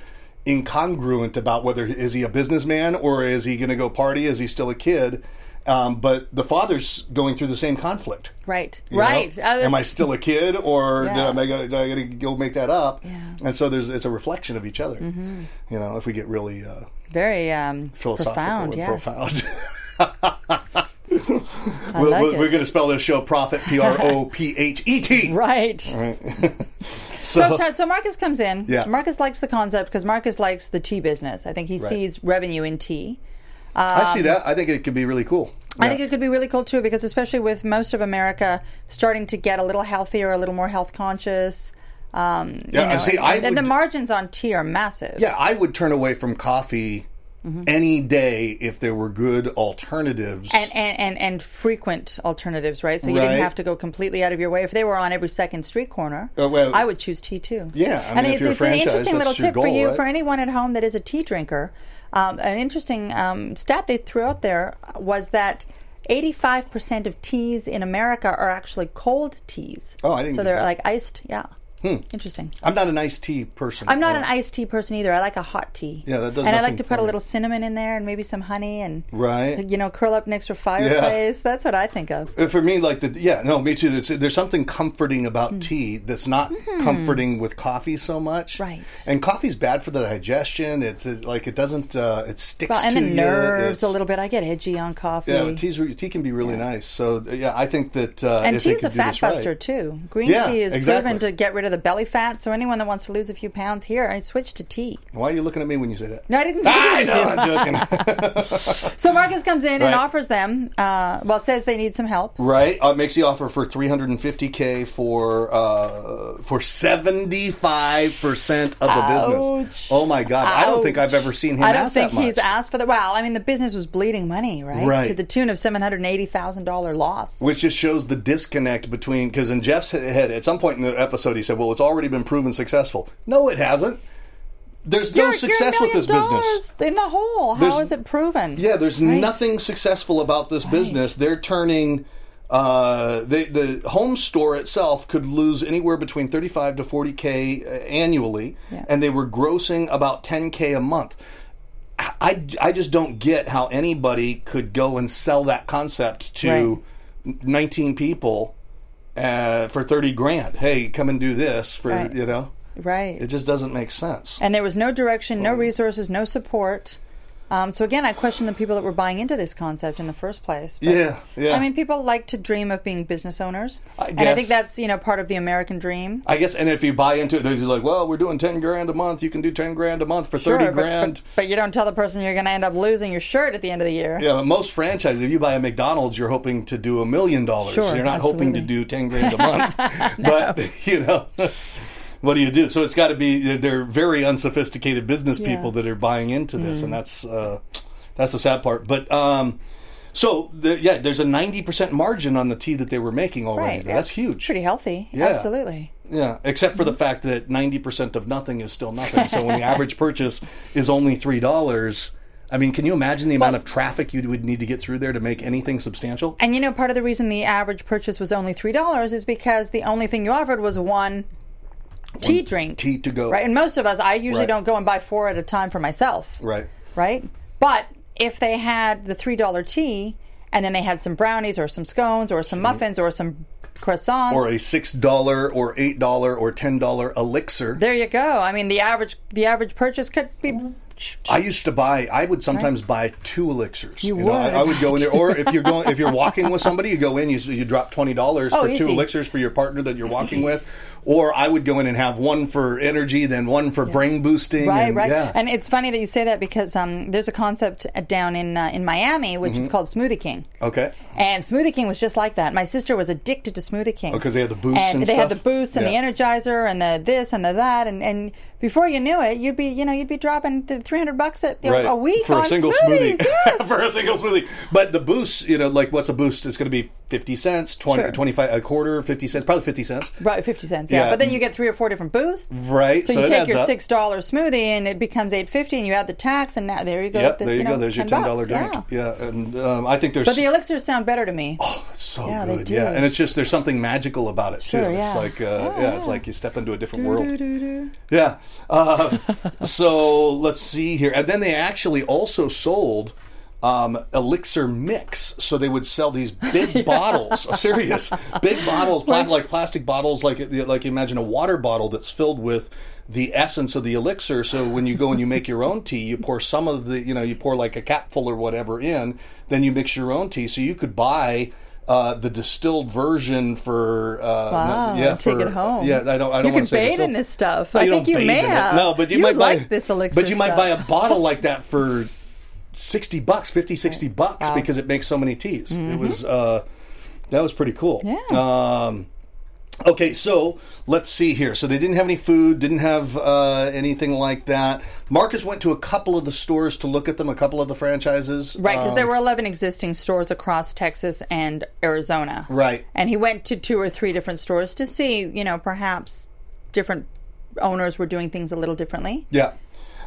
S1: incongruent about whether is he a businessman or is he going to go party? Is he still a kid? Um, but the father's going through the same conflict.
S3: Right.
S1: You know?
S3: right. Uh,
S1: Am I still a kid, or
S3: Yeah.
S1: did I, make a, did I gotta go make that up?
S3: Yeah. Mm-hmm.
S1: And so there's it's a reflection of each other. You know, if we get really uh,
S3: very um,
S1: philosophical
S3: profound.
S1: and
S3: Yes.
S1: profound.
S3: I
S1: We'll-
S3: like
S1: we'll-
S3: it.
S1: we're going to spell this show profit P R O P H E T.
S3: Right.
S1: So-
S3: So, so Marcus comes in.
S1: Yeah.
S3: Marcus likes the concept because Marcus likes the tea business. I think he
S1: Right.
S3: sees revenue in tea.
S1: I see that. I think it could be really cool.
S3: I think it could be really cool too because especially with most of America starting to get a little healthier, a little more health conscious. Um,
S1: Yeah, I see,
S3: and,
S1: I
S3: and the
S1: would-
S3: margins on tea are massive.
S1: Yeah, I would turn away from coffee
S3: Mm-hmm.
S1: any day if there were good alternatives.
S3: And, and, and, and frequent alternatives, right? So you
S1: Right.
S3: didn't have to go completely out of your way. If they were on every second street corner,
S1: Uh, well-
S3: I would choose tea too.
S1: Yeah, I mean,
S3: and
S1: if
S3: it's,
S1: you're a
S3: it's an
S1: franchise,
S3: interesting
S1: that's
S3: little
S1: your
S3: tip for
S1: goal,
S3: you,
S1: right?
S3: for anyone at home that is a tea drinker. Um, an interesting um, stat they threw out there was that 85% of teas in America are actually cold teas.
S1: Oh, I didn't
S3: So
S1: get
S3: they're
S1: that. Hmm.
S3: like iced. Yeah. Interesting.
S1: I'm not an iced tea person.
S3: I'm not
S1: Uh,
S3: an iced tea person either. I like a hot tea.
S1: Yeah, that does
S3: And I
S1: nothing
S3: like to put
S1: for
S3: a
S1: me.
S3: little cinnamon in there and maybe some honey and
S1: Right.
S3: you know curl up next to a fireplace. That's what I think of.
S1: Uh, For me, like the yeah, no, me too. There's, there's something comforting about
S3: Hmm.
S1: tea that's not comforting with coffee so much,
S3: Right.
S1: And coffee's bad for the digestion. It's, it- like it doesn't uh, it sticks
S3: Well, and
S1: to
S3: the
S1: you.
S3: nerves a
S1: It's-
S3: little bit. I get edgy on coffee.
S1: Yeah, but tea's, re- tea can be really nice. So uh, yeah, I think that uh,
S3: and
S1: if they
S3: tea's a
S1: could do
S3: fat
S1: this right-
S3: buster too. Green
S1: Yeah,
S3: tea is
S1: exactly.
S3: proven to get rid of the belly fat. So anyone that wants to lose a few pounds here, I switch to tea.
S1: Why are you looking at me when you say that?
S3: No, I didn't.
S1: I know, I'm joking.
S3: So Marcus comes in
S1: Right.
S3: and offers them. Uh, well, says they need some help.
S1: Right, uh, makes the offer for 350k for uh, for 75 percent of the business.
S3: Ouch.
S1: Oh my god, I don't think
S3: Ouch.
S1: I've ever seen him
S3: I don't
S1: ask
S3: think
S1: that much.
S3: he's asked for the. Well, I mean, the business was bleeding money, right?
S1: Right.
S3: To the tune of seven hundred eighty thousand dollar loss.
S1: which just shows the disconnect between because in Jeff's head at some point in the episode he said, "Well, it's already been proven successful." No, it hasn't. There's no
S3: You're- you're a
S1: success with this
S3: million
S1: business.
S3: dollars in the hole. How is
S1: There's-
S3: it proven?
S1: Yeah, there's
S3: Right.
S1: nothing successful about this business. They're turning uh, they, the home store itself could lose anywhere between 35 to 40k annually,
S3: Yeah.
S1: and they were grossing about 10k a month. I, I just don't get how anybody could go and sell that concept to 19 people uh, for 30 grand. Hey, come and do this for,
S3: Right.
S1: you know,
S3: Right.
S1: it Oh. just doesn't make sense.
S3: and there was no direction, no resources, no support. Um, so again, I question the people that were buying into this concept in the first place. but-
S1: Yeah, yeah.
S3: I mean, people like to dream of being business owners,
S1: I
S3: and I
S1: guess.
S3: think that's you know part of the American dream.
S1: I guess, and if you buy into it, they're just like, well, we're doing 10 grand a month. You can do 10 grand a month for 30
S3: Sure, but-
S1: grand.
S3: but, but you don't tell the person you're going to end up losing your shirt at the end of the year.
S1: yeah, but most franchises, if you buy a McDonald's, you're hoping to do a million dollars.
S3: Sure,
S1: You're not hoping to
S3: absolutely.
S1: do 10 grand a month. But, you know, what do you do? So it's got to be, they're- they're very unsophisticated business
S3: Yeah. Mm-hmm.
S1: people that are buying into this. And that's, uh, that's the sad part. But, um, so the, yeah, there's a 90% margin on the tea that they were making already.
S3: Right,
S1: That's huge.
S3: Pretty healthy,
S1: Yeah.
S3: absolutely.
S1: Yeah, except for the
S3: Mm-hmm.
S1: fact that 90% of nothing is still nothing. So when the average purchase is only $3, I mean, can you imagine the amount of traffic you would need to get through there to make anything substantial?
S3: And you know, part of the reason the average purchase was only three dollars is because the only thing you offered was one tea drink,
S1: Tea to go.
S3: right? And most of us, I usually
S1: Right.
S3: don't go and buy four at a time for myself,
S1: Right.
S3: right? But if they had the three dollar tea, and then they had some brownies or some scones or some muffins or some croissants,
S1: Or a $6 or $8 or $10 elixir.
S3: there you go. I mean, the average the average purchase could be
S1: Mm-hmm. I used to buy. I would sometimes buy two elixirs. You, I,
S3: would.
S1: I would go in there, or if you're going, if you're walking with somebody, you go in, you, s- you drop twenty dollars
S3: Oh,
S1: for two
S3: easy.
S1: elixirs for your partner that you're walking with, or I would go in and have one for energy, then one for brain boosting.
S3: Right,
S1: and,
S3: right.
S1: Yeah.
S3: And it's funny that you say that because um, there's a concept uh, down in uh, in Miami which
S1: Mm-hmm.
S3: is called Smoothie King.
S1: okay.
S3: And Smoothie King was just like that. My sister was addicted to Smoothie King.
S1: Oh, 'cause they had the boosts and
S3: they had the
S1: stuff?
S3: boost and
S1: Yeah.
S3: the Energizer and the this and the that. And, and before you knew it, you'd be you know you'd be dropping the 300 bucks at, you know, a week
S1: for
S3: on
S1: a single
S3: smoothies.
S1: smoothie.
S3: Yes.
S1: for a single smoothie. But the boost, you know, like what's a boost? It's going to be fifty cents, 20,
S3: Sure.
S1: 25, a quarter, fifty cents, probably fifty cents.
S3: Right, fifty cents. Yeah.
S1: Yeah.
S3: but then you get three or four different boosts.
S1: Right,
S3: So,
S1: so
S3: you
S1: it
S3: take
S1: adds
S3: your
S1: up.
S3: six dollar smoothie and it becomes eight fifty, and you add the tax, and now there you go.
S1: Yep,
S3: the-
S1: there you, go.
S3: know,
S1: There's your ten
S3: $10
S1: dollar drink. Oh.
S3: Yeah.
S1: Yeah, and um, I think there's
S3: But the elixirs sound better to me.
S1: so
S3: Yeah, they
S1: good.
S3: do.
S1: Yeah, and it's just there's something magical about it too.
S3: Sure,
S1: It's
S3: yeah.
S1: like uh, yeah, it's like you step into a different world.
S3: Doo-doo-doo.
S1: Yeah. Uh, so let's see here, and then they actually also sold. Um, elixir mix, so they would sell these big bottles. Oh, Serious, big bottles, pla- like plastic bottles, like like you imagine a water bottle that's filled with the essence of the elixir. So when you go and you make your own tea, you pour some of the, you know, you pour like a capful or whatever in, then you mix your own tea. So you could buy uh, the distilled version for uh,
S3: Wow,
S1: yeah,
S3: take
S1: for-
S3: it home.
S1: Yeah, I don't. I don't
S3: You
S1: want
S3: can
S1: to say
S3: bathe
S1: distilled.
S3: in this stuff.
S1: No,
S3: I
S1: you
S3: think
S1: don't
S3: you
S1: bathe
S3: may
S1: in it.
S3: have.
S1: No, but you,
S3: You
S1: might buy,
S3: like this elixir
S1: But you might
S3: stuff.
S1: buy a bottle like that for 60 bucks, 50,
S3: Oh,
S1: 60 bucks
S3: Wow.
S1: because it makes so many teas. It was uh, that was pretty cool.
S3: Mm-hmm. Yeah.
S1: Um, okay, so let's see here. So they didn't have any food, didn't have uh, anything like that. Marcus went to a couple of the stores to look at them, a couple of the franchises.
S3: Right, because
S1: Um,
S3: there were 11 existing stores across Texas and Arizona.
S1: Right.
S3: And he went to two or three different stores to see, you know, perhaps different owners were doing things a little differently.
S1: Yeah.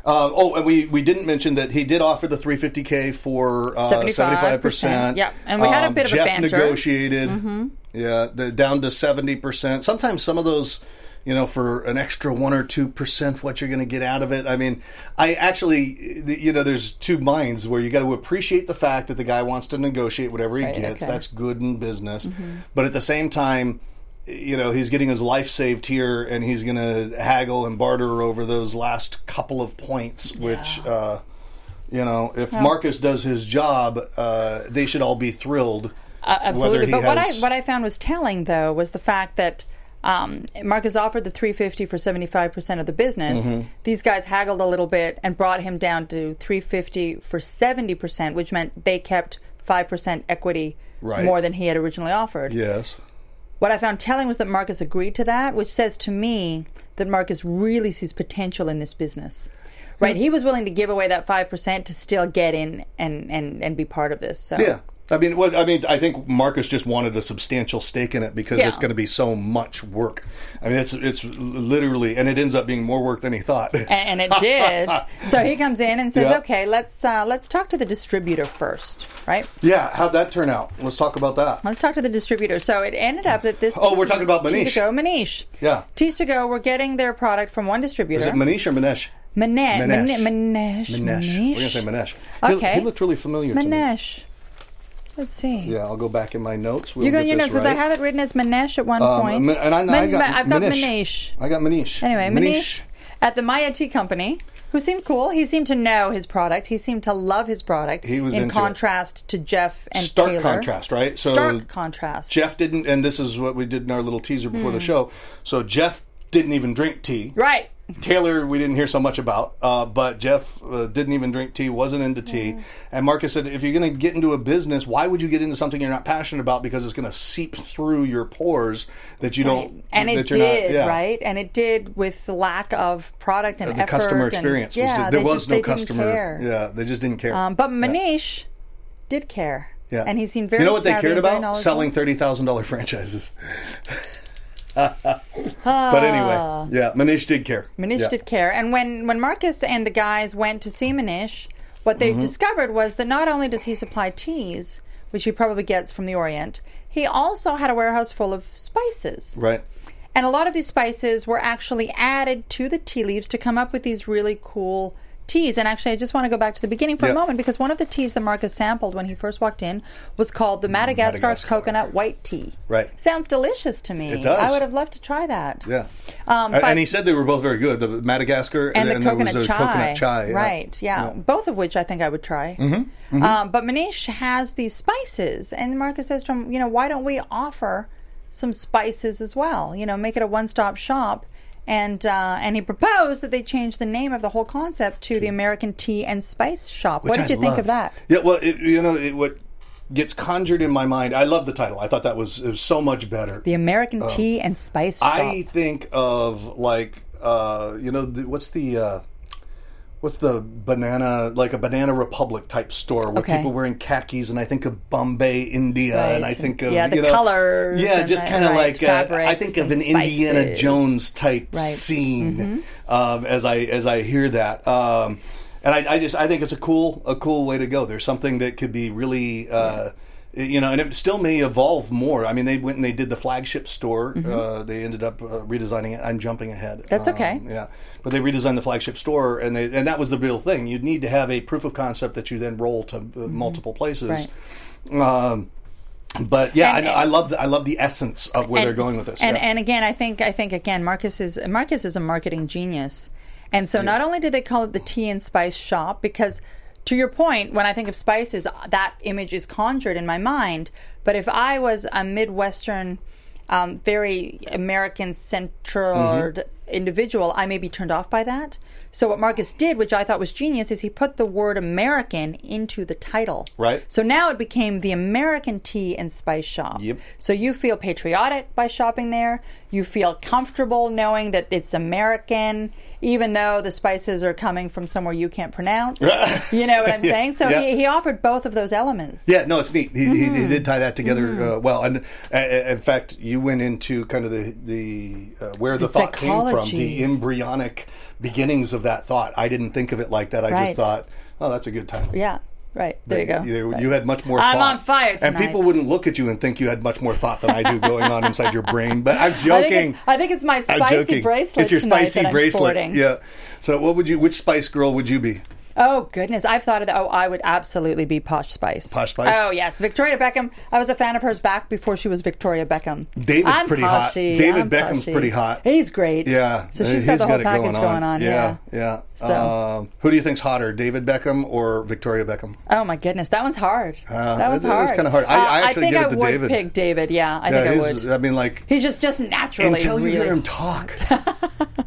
S1: Uh, oh, and we, we didn't mention that he did offer the 350k for seventy five
S3: 75%.
S1: percent. Um,
S3: Yep, and we had a bit of a
S1: Jeff
S3: banter.
S1: negotiated.
S3: Mm-hmm.
S1: Yeah, the, down to seventy percent. Sometimes some of those, you know, for an extra one or two percent, what you're going to get out of it. I mean, I actually, you know, there's two minds where you got to appreciate the fact that the guy wants to negotiate whatever he
S3: Right,
S1: gets.
S3: okay. Mm-hmm.
S1: That's good in business, but at the same time. You know he's getting his life saved here, and he's going to haggle and barter over those last couple of points, which uh, you know, if
S3: Oh.
S1: Marcus does his job, uh, they should all be thrilled.
S3: Uh, absolutely.
S1: he
S3: But what I
S1: has-
S3: what I found was telling though was the fact that um, Marcus offered the 350 for 75 percent of the business.
S1: Mm-hmm.
S3: These guys haggled a little bit and brought him down to 350 for 70 percent, which meant they kept five percent equity
S1: Right.
S3: more than he had originally offered.
S1: Yes.
S3: What I found telling was that Marcus agreed to that, which says to me that Marcus really sees potential in this business. Right? He was willing to give away that five percent to still get in and, and, and be part of this. So
S1: Yeah. I mean, what I mean, I think Marcus just wanted a substantial stake in it because
S3: Yeah.
S1: it's going to be so much work. I mean, it's it's literally, and it ends up being more work than he thought.
S3: and and it did. so he comes in and says,
S1: Yeah.
S3: "Okay, let's uh, let's talk to the distributor first, right?
S1: yeah. How'd that turn out? Let's talk about that.
S3: Let's talk to the distributor." So it ended up that this.
S1: Oh, we're talking about
S3: Teas
S1: Manish.
S3: to go, Manish.
S1: Yeah.
S3: Teas to go. We're getting their product from one distributor.
S1: Is it Manish or Manesh?
S3: Manesh.
S1: Manesh.
S3: Manesh.
S1: Manesh. We're going to say Manesh. He-
S3: Okay.
S1: He, looked really familiar to me.
S3: Manesh. Let's see.
S1: Yeah, I'll go back in my notes. We'll
S3: You got
S1: get
S3: your
S1: this
S3: notes because
S1: right.
S3: I have it written as Manesh at one
S1: Um,
S3: point.
S1: Ma- and I, I
S3: Man-
S1: got,
S3: Ma- I've got
S1: Manish.
S3: Manish.
S1: I got Manish.
S3: Anyway, Manish at the Maya Tea Company, who seemed cool. He seemed to know his product. He seemed to love his product.
S1: He was
S3: in
S1: into it.
S3: contrast to Jeff and
S1: stark
S3: Taylor.
S1: contrast, right? So
S3: Stark contrast.
S1: Jeff didn't, and this is what we did in our little teaser before the show. So Jeff didn't even drink tea.
S3: Hmm. Right.
S1: Taylor, we didn't hear so much about, uh, but Jeff uh, didn't even drink tea, wasn't into
S3: Hmm.
S1: tea. And Marcus said, if you're going to get into a business, why would you get into something you're not passionate about? Because it's going to seep through your pores that you don't.
S3: And it
S1: that you're not-
S3: did,
S1: yeah.
S3: right? And it did with the lack of product and
S1: The
S3: effort
S1: customer
S3: and-
S1: experience. was
S3: yeah,
S1: there
S3: they
S1: was
S3: just-
S1: no
S3: they didn't
S1: customer.
S3: care.
S1: Yeah, they just didn't care.
S3: Um, but
S1: Yeah.
S3: Manish did care.
S1: Yeah.
S3: And he seemed very
S1: You know what they
S3: savvy
S1: cared
S3: and very
S1: about?
S3: knowledgeable.
S1: Selling thirty thousand dollar franchises. but anyway, yeah, Manish did care.
S3: Ah. Manish
S1: Yeah.
S3: did care. And when, when Marcus and the guys went to see Manish, what they
S1: Mm-hmm.
S3: discovered was that not only does he supply teas, which he probably gets from the Orient, he also had a warehouse full of spices.
S1: Right.
S3: And a lot of these spices were actually added to the tea leaves to come up with these really cool teas. And actually, I just want to go back to the beginning for
S1: Yeah.
S3: a moment because one of the teas that Marcus sampled when he first walked in was called the Madagascar,
S1: Mm, Madagascar.
S3: Coconut White Tea.
S1: Right.
S3: Sounds delicious to me.
S1: It does.
S3: I would have loved to try that.
S1: Yeah. and,
S3: Um, but-
S1: and he said they were both very good. The Madagascar
S3: and, the
S1: there
S3: coconut
S1: was a
S3: chai,
S1: coconut chai. yeah. Mm-hmm,
S3: right? Yeah. both of which I think I would try. Um, but Manish has these spices, and Marcus says to him, "You know, why don't we offer some spices as well? You know, make it a one-stop shop." And uh, and he proposed that they change the name of the whole concept to the American Tea and Spice Shop. what
S1: Which
S3: did
S1: I
S3: you think
S1: love.
S3: of that?
S1: Yeah, well, it, you know, it, what gets conjured in my mind, I love the title. I thought that was, it was so much better.
S3: The American Tea and Spice Shop.
S1: Oh. I think of like uh, you know the, what's the uh, what's the banana like a banana republic type store where
S3: Okay.
S1: people wearing khakis and I think of Bombay, India, and
S3: Right,
S1: I think of
S3: yeah, the
S1: you know,
S3: colors
S1: yeah,
S3: and
S1: just
S3: the-
S1: kind of
S3: right,
S1: like uh, I
S3: fabrics
S1: think of
S3: and
S1: an Indiana
S3: spices.
S1: Jones type
S3: Right. Mm-hmm.
S1: scene um, as I as I hear that. Um, and I, I just I think it's a cool a cool way to go. There's something that could be really uh, you know, and it still may evolve more. I mean, they went and they did the flagship store. Uh, they ended up uh, redesigning it. I'm jumping ahead.
S3: Mm-hmm.
S1: Um,
S3: That's okay.
S1: Yeah, but they redesigned the flagship store, and they and that was the real thing. You'd need to have a proof of concept that you then roll to uh,
S3: Mm-hmm.
S1: multiple places. Um, but yeah,
S3: And-
S1: I, know- I love the, I love the essence of where they're
S3: And-
S1: going with this.
S3: And
S1: yeah.
S3: and again, I think I think again, Marcus is Marcus is a marketing genius, and so not only did they call it the tea and spice shop because. To your point, when I think of spices, that image is conjured in my mind. But if I was a Midwestern, um, very American centered
S1: Mm-hmm.
S3: individual, I may be turned off by that. So, what Marcus did, which I thought was genius, is he put the word American into the title.
S1: Right.
S3: So now it became the American Tea and Spice Shop.
S1: Yep.
S3: So you feel patriotic by shopping there. You feel comfortable knowing that it's American, even though the spices are coming from somewhere you can't pronounce. you know what I'm saying? So
S1: yeah.
S3: he, he offered both of those elements.
S1: Yeah, no, it's neat. He,
S3: Mm-hmm.
S1: he, he did tie that together uh, well, and uh, in fact, you went into kind of the the uh, where the, thought came from, the embryonic beginnings of that thought. I didn't think of it like that. I just
S3: Right.
S1: thought, oh, that's a good time.
S3: Yeah. Right. There you go.
S1: You,
S3: Right.
S1: you had much more.
S3: I'm
S1: thought.
S3: on fire
S1: and people
S3: tonight.
S1: wouldn't look at you and think you had much more thought than I do going on inside your brain. But I'm joking.
S3: I think, it's, I think it's my
S1: I'm
S3: spicy
S1: joking.
S3: bracelet.
S1: It's your
S3: tonight
S1: spicy
S3: that I'm
S1: bracelet.
S3: sporting.
S1: Yeah. So, what would you? Which Spice Girl would you be?
S3: Oh goodness, I've thought of that. Oh, I would absolutely be Posh Spice.
S1: Posh Spice?
S3: Oh yes, Victoria Beckham. I was a fan of hers back before she was Victoria Beckham.
S1: David's
S3: I'm
S1: pretty hot.
S3: poshy.
S1: David
S3: I'm
S1: Beckham's
S3: poshy.
S1: pretty hot.
S3: He's great.
S1: Yeah.
S3: So
S1: she's
S3: she's got the whole
S1: it
S3: package going on.
S1: Yeah.
S3: yeah.
S1: Yeah.
S3: So-
S1: Um, who do you think's hotter, David Beckham or Victoria Beckham?
S3: Oh my goodness, that one's hard.
S1: Uh,
S3: that was
S1: it- it was
S3: hard.
S1: kinda hard. I- I actually
S3: think
S1: give it
S3: I
S1: to
S3: would
S1: David.
S3: pick David. Yeah, I
S1: Yeah,
S3: think I
S1: his-
S3: would.
S1: I mean, like,
S3: He's just just naturally
S1: until you
S3: really.
S1: hear him talk,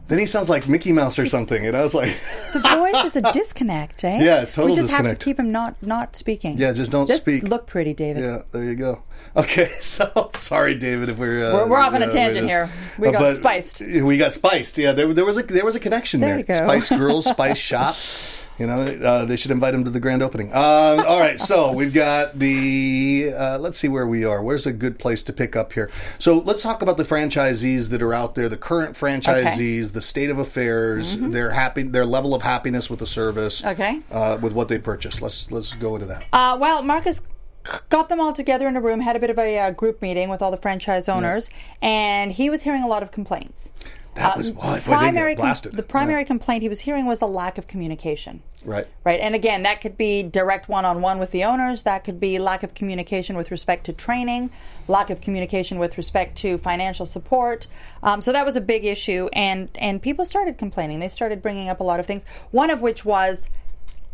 S1: then he sounds like Mickey Mouse or something. And I was like,
S3: The voice is a disconnect, eh?
S1: Yeah, it's total
S3: We just have
S1: disconnect.
S3: to keep him not not speaking.
S1: Yeah, just don't
S3: just
S1: speak.
S3: Look pretty, David.
S1: Yeah, there you go. Okay, so sorry, David, if we're uh,
S3: We're- we're off on a
S1: uh,
S3: tangent
S1: just-
S3: here. We got
S1: but
S3: spiced.
S1: We got spiced. Yeah, there, there was a there was a connection there.
S3: There you go.
S1: Spice Girls, Spice Shop. You know, uh, they should invite him to the grand opening. Um, all right, so we've got the. Uh, let's see where we are. Where's a good place to pick up here? So let's talk about the franchisees that are out there, the current franchisees, the state of affairs, their happy, their level of happiness with the service,
S3: Mm-hmm. Okay.
S1: uh, with what they purchased. Let's let's go into that.
S3: Uh, well, Marcus c- got them all together in a room, had a bit of a uh, group meeting with all the franchise owners, and he was hearing a lot of complaints.
S1: That was why boy, they
S3: Uh, primary
S1: get
S3: com-
S1: blasted.
S3: the primary complaint he was hearing was the lack of communication.
S1: Right.
S3: Right, and again, that could be direct one on one with the owners, that could be lack of communication with respect to training, lack of communication with respect to financial support. Um, so that was a big issue, and, and people started complaining. They started bringing up a lot of things, one of which was,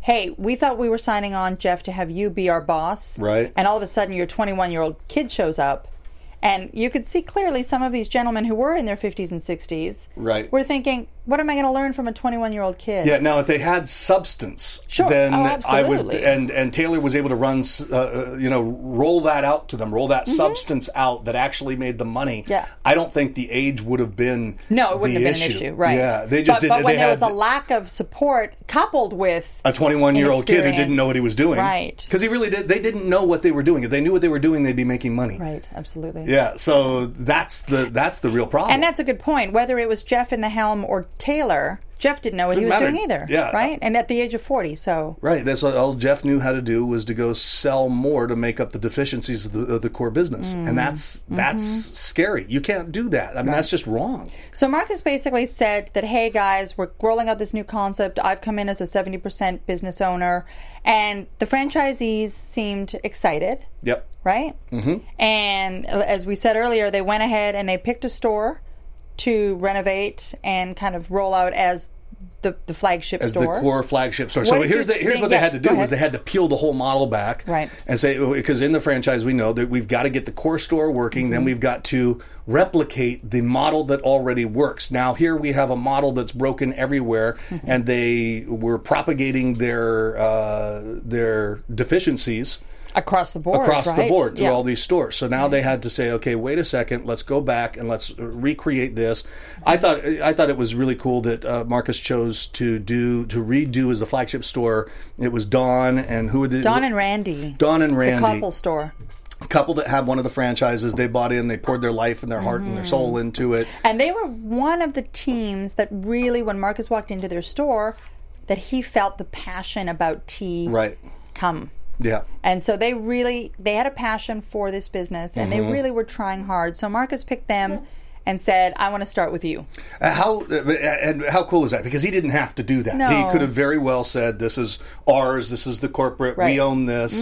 S3: hey, we thought we were signing on, Jeff, to have you be our boss.
S1: Right.
S3: And all of a sudden, your 21 year old kid shows up. And you could see clearly some of these gentlemen who were in their 50s and 60s
S1: Right.
S3: were thinking, what am I going to learn from a 21 year old kid?
S1: Yeah. Now, if they had substance,
S3: Sure.
S1: then
S3: Oh,
S1: I would.
S3: absolutely.
S1: And and Taylor was able to run, s- uh, uh, you know, roll that out to them, roll that substance out that actually made the money.
S3: Mm-hmm. Yeah.
S1: I don't think the age would have been.
S3: No, it wouldn't
S1: the
S3: have been an issue, right?
S1: Yeah. They just
S3: but,
S1: didn't.
S3: But when
S1: they
S3: there
S1: had
S3: was a lack of support coupled with
S1: a 21 year old kid who didn't know what he was doing.
S3: Right.
S1: Because he really did. They didn't know what they were doing. If they knew what they were doing, they'd be making money.
S3: right, absolutely.
S1: Yeah. So that's the that's the real problem.
S3: And that's a good point. Whether it was Jeff in the helm or Taylor, Jeff didn't know what he was
S1: Doesn't
S3: doing
S1: matter.
S3: either.
S1: Yeah.
S3: Right, and at the age of forty, so
S1: Right. That's what all Jeff knew how to do was to go sell more to make up the deficiencies of the, of the core business,
S3: Mm-hmm.
S1: and that's that's scary. You can't do that. I mean, that's just wrong.
S3: So Marcus basically said that, hey guys, we're rolling out this new concept. I've come in as a 70% business owner, and the franchisees seemed excited,
S1: Yep.
S3: right? Mm-hmm. And as we said earlier, they went ahead and they picked a store to renovate and kind of roll out as the, the flagship
S1: As
S3: store.
S1: the core flagship store.
S3: What
S1: so
S3: did
S1: here's
S3: you
S1: the, here's
S3: think-
S1: what they
S3: yeah,
S1: had to do
S3: go
S1: was
S3: ahead.
S1: they had to peel the whole model back,
S3: Right.
S1: And say because in the franchise we know that we've got to get the core store working,
S3: Mm-hmm.
S1: then we've got to replicate the model that already works. Now here we have a model that's broken everywhere,
S3: Mm-hmm.
S1: and they were propagating their uh, their deficiencies.
S3: across the board.
S1: across the
S3: right?
S1: board through
S3: Yeah.
S1: all these stores. So now they had to say, okay, wait a second, let's go back and let's recreate this. I thought I thought it was really cool that uh, Marcus chose to do to redo as the flagship store. It was Dawn and who were the
S3: Don and Randy.
S1: Dawn and Randy,
S3: The couple store.
S1: couple that had one of the franchises. They bought in, they poured their life and their heart
S3: Mm.
S1: and their soul into it.
S3: And they were one of the teams that really, when Marcus walked into their store, that he felt the passion about tea
S1: Right?
S3: come.
S1: Yeah.
S3: And so they really they had a passion for this business and
S1: Mm-hmm.
S3: they really were trying hard. So Marcus picked them and said, "I want to start with you."
S1: Uh, How uh, and how cool is that? Because he didn't have to do that.
S3: No.
S1: He could have very well said, "This is ours. This is the corporate.
S3: Right. Mm-hmm.
S1: We own this."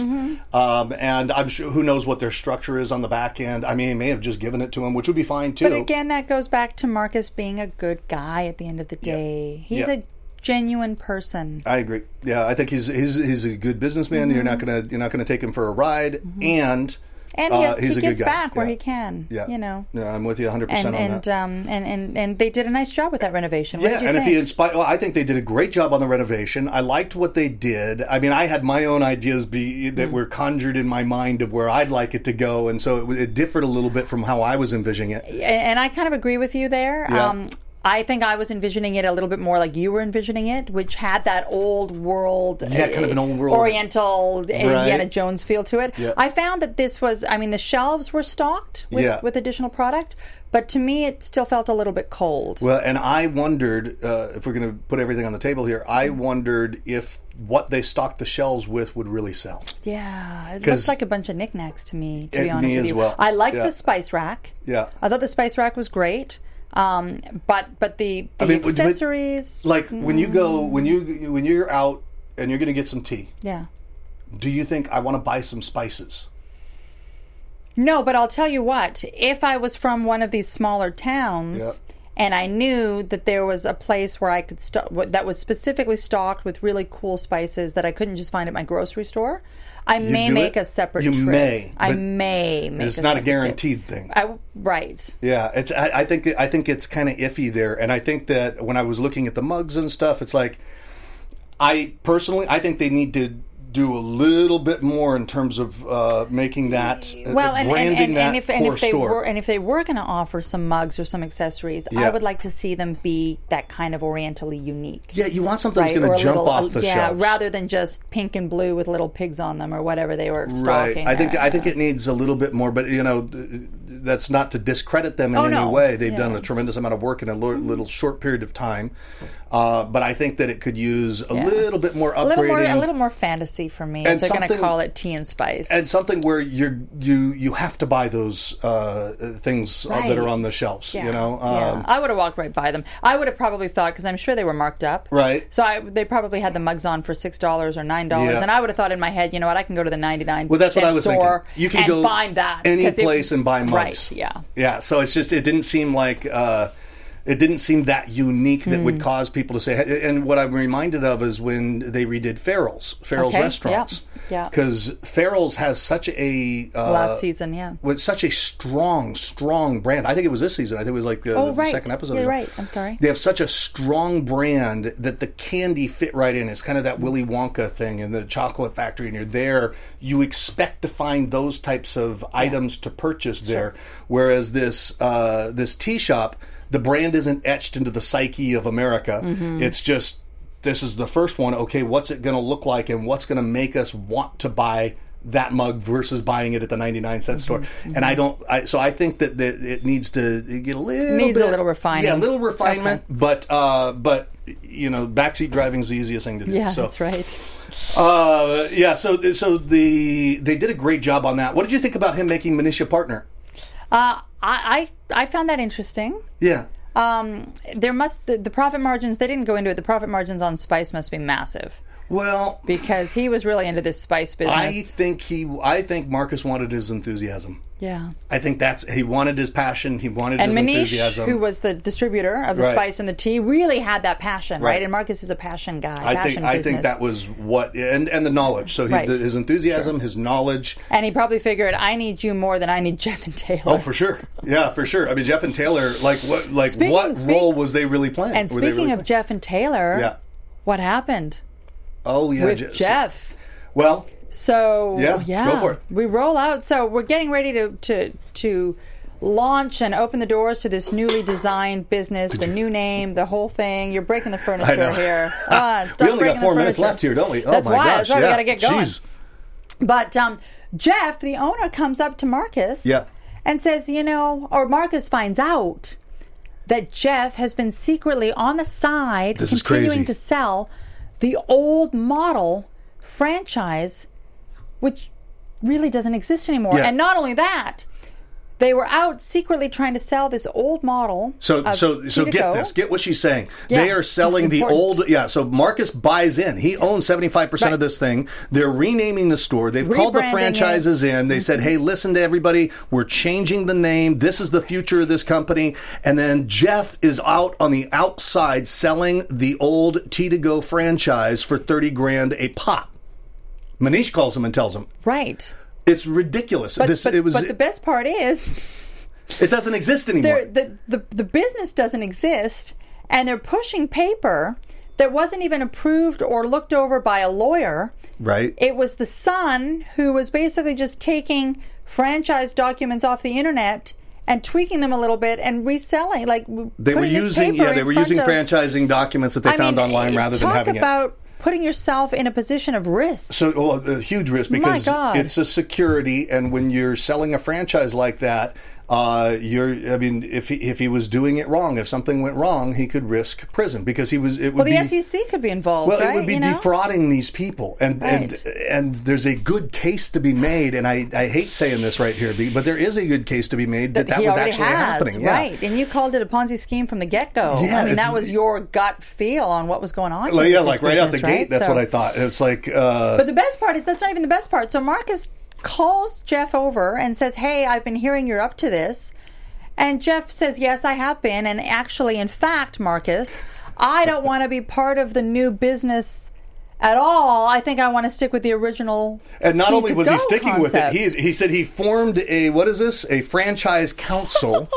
S1: Um, and I'm sure who knows what their structure is on the back end. I mean, he may have just given it to him, which would be fine too.
S3: But again, that goes back to Marcus being a good guy at the end of the day. He's
S1: Yeah.
S3: a genuine person.
S1: I agree. Yeah, I think he's he's, he's a good businessman. You're not gonna you're not gonna take him for a ride, and
S3: Mm-hmm. And he,
S1: uh, he's
S3: he
S1: a good
S3: gives
S1: guy.
S3: back where
S1: Yeah.
S3: he can,
S1: Yeah,
S3: you know.
S1: Yeah, I'm with you 100 percent
S3: And
S1: on that.
S3: and, um, and and and they did a nice job with that renovation. What
S1: Yeah,
S3: did you
S1: and
S3: think?
S1: if he inspired, well, I think they did a great job on the renovation. I liked what they did. I mean, I had my own ideas be
S3: Mm.
S1: that were conjured in my mind of where I'd like it to go, and so it, w- it differed a little bit from how I was envisioning it.
S3: and I kind of agree with you there.
S1: Yeah.
S3: Um, I think I was envisioning it a little bit more like you were envisioning it, which had that old world, eh,
S1: Yeah, kind of an old world.
S3: Oriental eh, Indiana
S1: Right.
S3: Jones feel to it.
S1: Yeah.
S3: I found that this was, I mean, the shelves were stocked with,
S1: Yeah.
S3: with additional product, but to me, it still felt a little bit cold.
S1: Well, and I wondered uh, if we're going to put everything on the table here.
S3: Mm.
S1: I wondered if what they stocked the shelves with would really sell.
S3: yeah, it
S1: 'Cause-
S3: looks like a bunch of knickknacks to me. To
S1: It-
S3: be
S1: me
S3: honest with
S1: as
S3: you,
S1: well.
S3: I liked
S1: Yeah.
S3: the spice rack.
S1: Yeah.
S3: I thought the spice rack was great, um, but but the, the
S1: mean, would- would-
S3: accessories,
S1: Like when you go
S3: Mm.
S1: when you when you're out and you're going to get some tea.
S3: yeah.
S1: Do you think I want to buy some spices?
S3: No, but I'll tell you what, if I was from one of these smaller towns
S1: Yeah.
S3: and I knew that there was a place where I could sto- wh- that was specifically stocked with really cool spices that I couldn't just find at my grocery store, I may
S1: do
S3: make
S1: it?
S3: a separate
S1: You
S3: trip.
S1: may,
S3: I
S1: but
S3: may make
S1: It's not a
S3: separate trip.
S1: guaranteed thing.
S3: I w- right.
S1: Yeah, it's. I, I think. I think it's kind of iffy there, and I think that when I was looking at the mugs and stuff, it's like, I personally, I think they need to do a little bit more in terms of uh, making that uh,
S3: well, and, and,
S1: branding
S3: and,
S1: that
S3: and if and
S1: core
S3: if they
S1: store.
S3: were and if they were going to offer some mugs or some accessories,
S1: Yeah.
S3: I would like to see them be that kind of orientally unique.
S1: yeah, you want something that's
S3: Or
S1: going
S3: a
S1: to jump
S3: little-
S1: off the
S3: yeah,
S1: shelves.
S3: rather than just pink and blue with little pigs on them or whatever they were
S1: Right.
S3: stocking.
S1: I think
S3: there.
S1: I think it needs a little bit more, but you know, th- that's not to discredit them in any
S3: Oh, no.
S1: way. They've
S3: Yeah. Mm-hmm.
S1: done a tremendous amount of work in a lo- little short period of time, uh, but I think that it could use a little bit more upgrading.
S3: a little more a little more fantasy for me.
S1: And
S3: if they're going to
S1: something-
S3: call it tea and spice.
S1: and something where you're you you have to buy those uh, uh, things uh that
S3: Right.
S1: are on the shelves.
S3: Yeah.
S1: You know,
S3: Yeah.
S1: um,
S3: I would have walked right by them. I would have probably thought because I'm sure they were marked up.
S1: Right.
S3: So I, they probably had the mugs on for six dollars or nine dollars,
S1: Yeah.
S3: and I would have thought in my head, you know what, I can go to the ninety nine.
S1: Well, that's what I was
S3: store
S1: thinking. You can
S3: and
S1: go
S3: find that
S1: any
S3: 'cause it-
S1: place and buy mugs.
S3: Right. Yeah.
S1: yeah. So it's just it didn't seem like uh, it didn't seem that unique that
S3: Hmm.
S1: would cause people to say. "Hey," And what I'm reminded of is when they redid Farrell's Farrell's
S3: Okay,
S1: restaurants.
S3: yeah, yeah.
S1: Because Farrell's has such a uh,
S3: Last season, yeah.
S1: with such a strong, strong brand. I think it was this season. I think it was like the,
S3: Oh,
S1: the
S3: right.
S1: second episode.
S3: You're
S1: or something.
S3: right. I'm sorry.
S1: They have such a strong brand that the candy fit right in. It's kind of that Willy Wonka thing and the chocolate factory, and you're there. You expect to find those types of items to purchase there. Whereas this uh, this tea shop, the brand isn't etched into the psyche of America. It's just this is the first one. Okay, what's it going to look like, and what's going to make us want to buy that mug versus buying it at the 99 cent store? And I don't. I, so I think that, that it needs to get a little
S3: Needs a
S1: bit-
S3: little refining.
S1: Yeah, a little refinement. But uh, but you know, backseat driving is the easiest thing to do.
S3: Yeah,
S1: so,
S3: that's right.
S1: Uh, yeah. So so the they did a great job on that. What did you think about him making Minutia partner?
S3: Uh, I, I I found that interesting.
S1: Yeah.
S3: Um, there must the, the profit margins. They didn't go into it. The profit margins on spice must be massive
S1: Well,
S3: because he was really into this spice
S1: I
S3: business.
S1: think he. I think Marcus wanted his enthusiasm.
S3: yeah.
S1: I think that's he wanted his passion. He wanted
S3: And
S1: his
S3: Manish,
S1: enthusiasm.
S3: who was the distributor of the
S1: Right.
S3: spice and the tea, really had that passion, right?
S1: Right.
S3: And Marcus is a passion guy.
S1: I
S3: passion
S1: think I think
S3: business.
S1: that was what and and the knowledge. So he,
S3: Right.
S1: the, his enthusiasm, his knowledge.
S3: And he probably figured, I need you more than I need Jeff and Taylor.
S1: Oh, for sure. Yeah, for sure. I mean, Jeff and Taylor, like what, like
S3: Speaking-
S1: what
S3: speak-
S1: role was they really playing?
S3: And
S1: Were they
S3: speaking
S1: really
S3: of
S1: playing?
S3: Jeff and Taylor,
S1: Yeah.
S3: what happened
S1: oh yeah,
S3: with
S1: Je- so-
S3: Jeff?
S1: Well,
S3: So
S1: Yeah,
S3: yeah,
S1: go for it.
S3: we roll out. So we're getting ready to to to launch and open the doors to this newly designed business, the new name, the whole thing. You're breaking the furniture
S1: know.
S3: here. Ah, stop
S1: we only
S3: breaking
S1: got
S3: the
S1: four minutes
S3: furniture.
S1: left here, don't we? Oh
S3: that's
S1: my
S3: why.
S1: gosh,
S3: that's why
S1: yeah.
S3: we got to get going.
S1: Jeez.
S3: But um, Jeff, the owner, comes up to Marcus
S1: Yeah.
S3: and says, you know, or Marcus finds out that Jeff has been secretly on the side
S1: This is crazy.
S3: continuing to sell the old model franchise, which really doesn't exist anymore.
S1: Yeah.
S3: And not only that, they were out secretly trying to sell this old model.
S1: So
S3: of
S1: so so
S3: Tea to
S1: get
S3: Go.
S1: this. Get what she's saying.
S3: Yeah,
S1: they are
S3: this is
S1: selling the
S3: important.
S1: old yeah, so Marcus buys in. He owns 75% of
S3: Right.
S1: this thing. They're renaming the store. They've called the
S3: Rebranding it. Mm-hmm.
S1: franchises in. They said, "Hey, listen to everybody. We're changing the name. This is the future of this company." And then Jeff is out on the outside selling the old Tea to Go franchise for 30 grand a pop. Manish calls him and tells him,
S3: right.
S1: "It's ridiculous.
S3: But,
S1: this
S3: but-
S1: it was
S3: but the best part is
S1: it doesn't exist anymore."
S3: they're, the, the the business doesn't exist, and they're pushing paper that wasn't even approved or looked over by a lawyer.
S1: right?
S3: It was the son who was basically just taking franchise documents off the internet and tweaking them a little bit and reselling. Like w-
S1: They were
S3: putting this
S1: using
S3: paper
S1: yeah, they
S3: in
S1: were
S3: front
S1: using
S3: of-
S1: franchising documents that they
S3: I
S1: found
S3: mean, eh,
S1: online rather than
S3: talk
S1: having it.
S3: about putting yourself in a position of risk.
S1: So, well, a huge risk because
S3: God.
S1: it's a security, and when you're selling a franchise like that, uh, you're. I mean, if he, if he was doing it wrong, if something went wrong, he could risk prison because he was. It would
S3: well, the
S1: be,
S3: SEC could be involved.
S1: Well,
S3: right?
S1: it would be
S3: you know?
S1: defrauding these people, and
S3: Right.
S1: and and there's a good case to be made. And I, I hate saying this right here, be- but there is a good case to be made that that
S3: he
S1: was
S3: already
S1: actually
S3: has,
S1: happening. Yeah.
S3: Right. And you called it a Ponzi scheme from the get go.
S1: Yeah,
S3: I mean,
S1: it's-
S3: that was your gut feel on what was going on.
S1: Like,
S3: with
S1: yeah,
S3: this
S1: like right out the
S3: business,
S1: gate. That's
S3: So-
S1: what I thought. It's like uh,
S3: But the best part is that's not even the best part. So Marcus calls Jeff over and says, Hey, I've been hearing you're up to this. And Jeff says, Yes, I have been. And actually, in fact, Marcus, I don't want to be part of the new business at all. I think I want to stick with the original.
S1: And not
S3: Tea
S1: only
S3: to
S1: was he
S3: Go
S1: sticking
S3: concept.
S1: with it, he, he said he formed a what is this? A franchise council.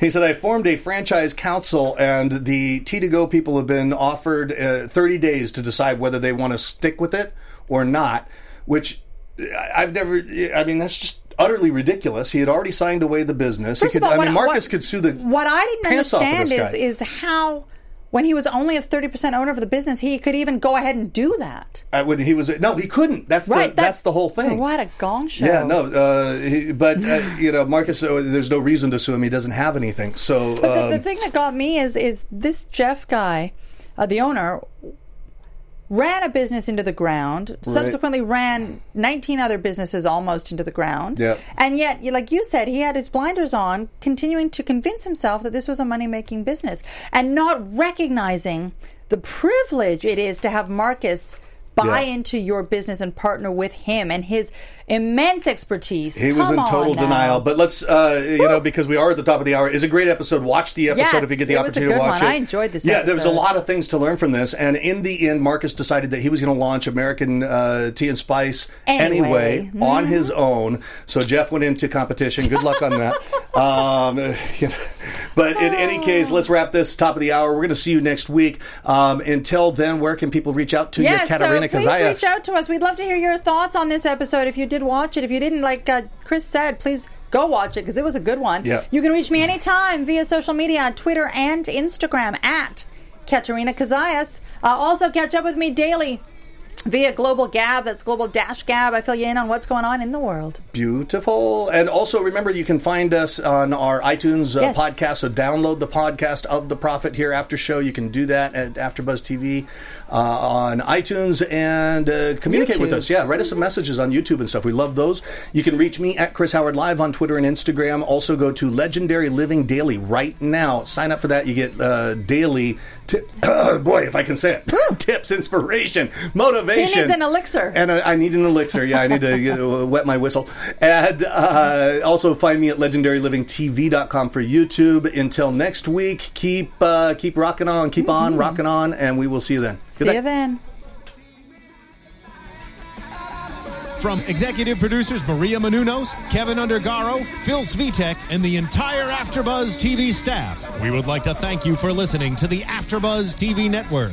S1: he said I formed a franchise council, and the T to Go people have been offered uh, 30 days to decide whether they want to stick with it or not. Which I- I've never. uh, I mean, that's just utterly ridiculous. He had already signed away the business.
S3: First
S1: he could,
S3: of all,
S1: I mean,
S3: what-
S1: Marcus
S3: what-
S1: could sue the.
S3: What I didn't
S1: pants off of
S3: understand
S1: this
S3: is,
S1: guy.
S3: is how, when he was only a 30% owner of the business, he could even go ahead and do that.
S1: I would, uh, he was no, he couldn't. That's
S3: Right.
S1: the, that's the whole thing.
S3: What a gong show.
S1: Yeah, no, uh, he, but uh, you know, Marcus. Uh, there's no reason to sue him. He doesn't have anything. So
S3: But the,
S1: um,
S3: the thing that got me is is this Jeff guy, uh, the owner, ran a business into the ground. Subsequently, ran 19 other businesses almost into the ground.
S1: Yep.
S3: And yet, you- like you said, he had his blinders on, continuing to convince himself that this was a money making business, and not recognizing the privilege it is to have Marcus. Buy
S1: Yeah.
S3: into your business and partner with him and his immense expertise.
S1: He was
S3: Come
S1: in total
S3: on now.
S1: denial. But let's, uh, you know, because we are at the top of the hour, it's a great episode. Watch the episode
S3: Yes,
S1: if you get the
S3: it was a
S1: opportunity to
S3: good
S1: watch
S3: one.
S1: it.
S3: I enjoyed this
S1: Yeah, there was a
S3: episode.
S1: lot of things to learn from this. And in the end, Marcus decided that he was going to launch American uh, Tea and Spice anyway,
S3: Anyway. Mm-hmm.
S1: on his own. So Jeff went into competition. Good luck on that. um, you know. But in any case, let's wrap this top of the hour. We're going to see you next week. Um, until then, where can people reach out to
S3: Yeah,
S1: you, Katarina
S3: so please
S1: Kazayas?
S3: reach out to us. We'd love to hear your thoughts on this episode. If you did watch it, if you didn't, like uh, Chris said, please go watch it because it was a good one.
S1: Yeah.
S3: You can reach me anytime via social media on Twitter and Instagram at Katerina Kazayas. Uh, also, catch up with me daily via Global Gab. That's Global Dash Gab. I fill you in on what's going on in the world.
S1: Beautiful. And also remember, you can find us on our iTunes uh,
S3: Yes.
S1: podcast. So download the podcast of The Prophet here after show. You can do that at AfterBuzz TV uh, on iTunes and uh, communicate with
S3: YouTube.
S1: us. Yeah, write us some messages on YouTube and stuff. We love those. You can reach me at Chris Howard Live on Twitter and Instagram. Also go to Legendary Living Daily right now. Sign up for that. You get uh, daily tip. boy, if I can say it. Tips, inspiration, motivation.
S3: He needs an elixir.
S1: And I, I need an elixir. Yeah, I need to you know, wet my whistle. And uh, also find me at legendarylivingtv.com for YouTube. Until next week, keep uh, keep rocking on, keep on rocking on, and we will see you then. Good
S3: Mm-hmm. See
S1: night.
S3: you then.
S2: From executive producers Maria Manunos, Kevin Undergaro, Phil Svitek, and the entire Afterbuzz TV staff, we would like to thank you for listening to the Afterbuzz TV Network.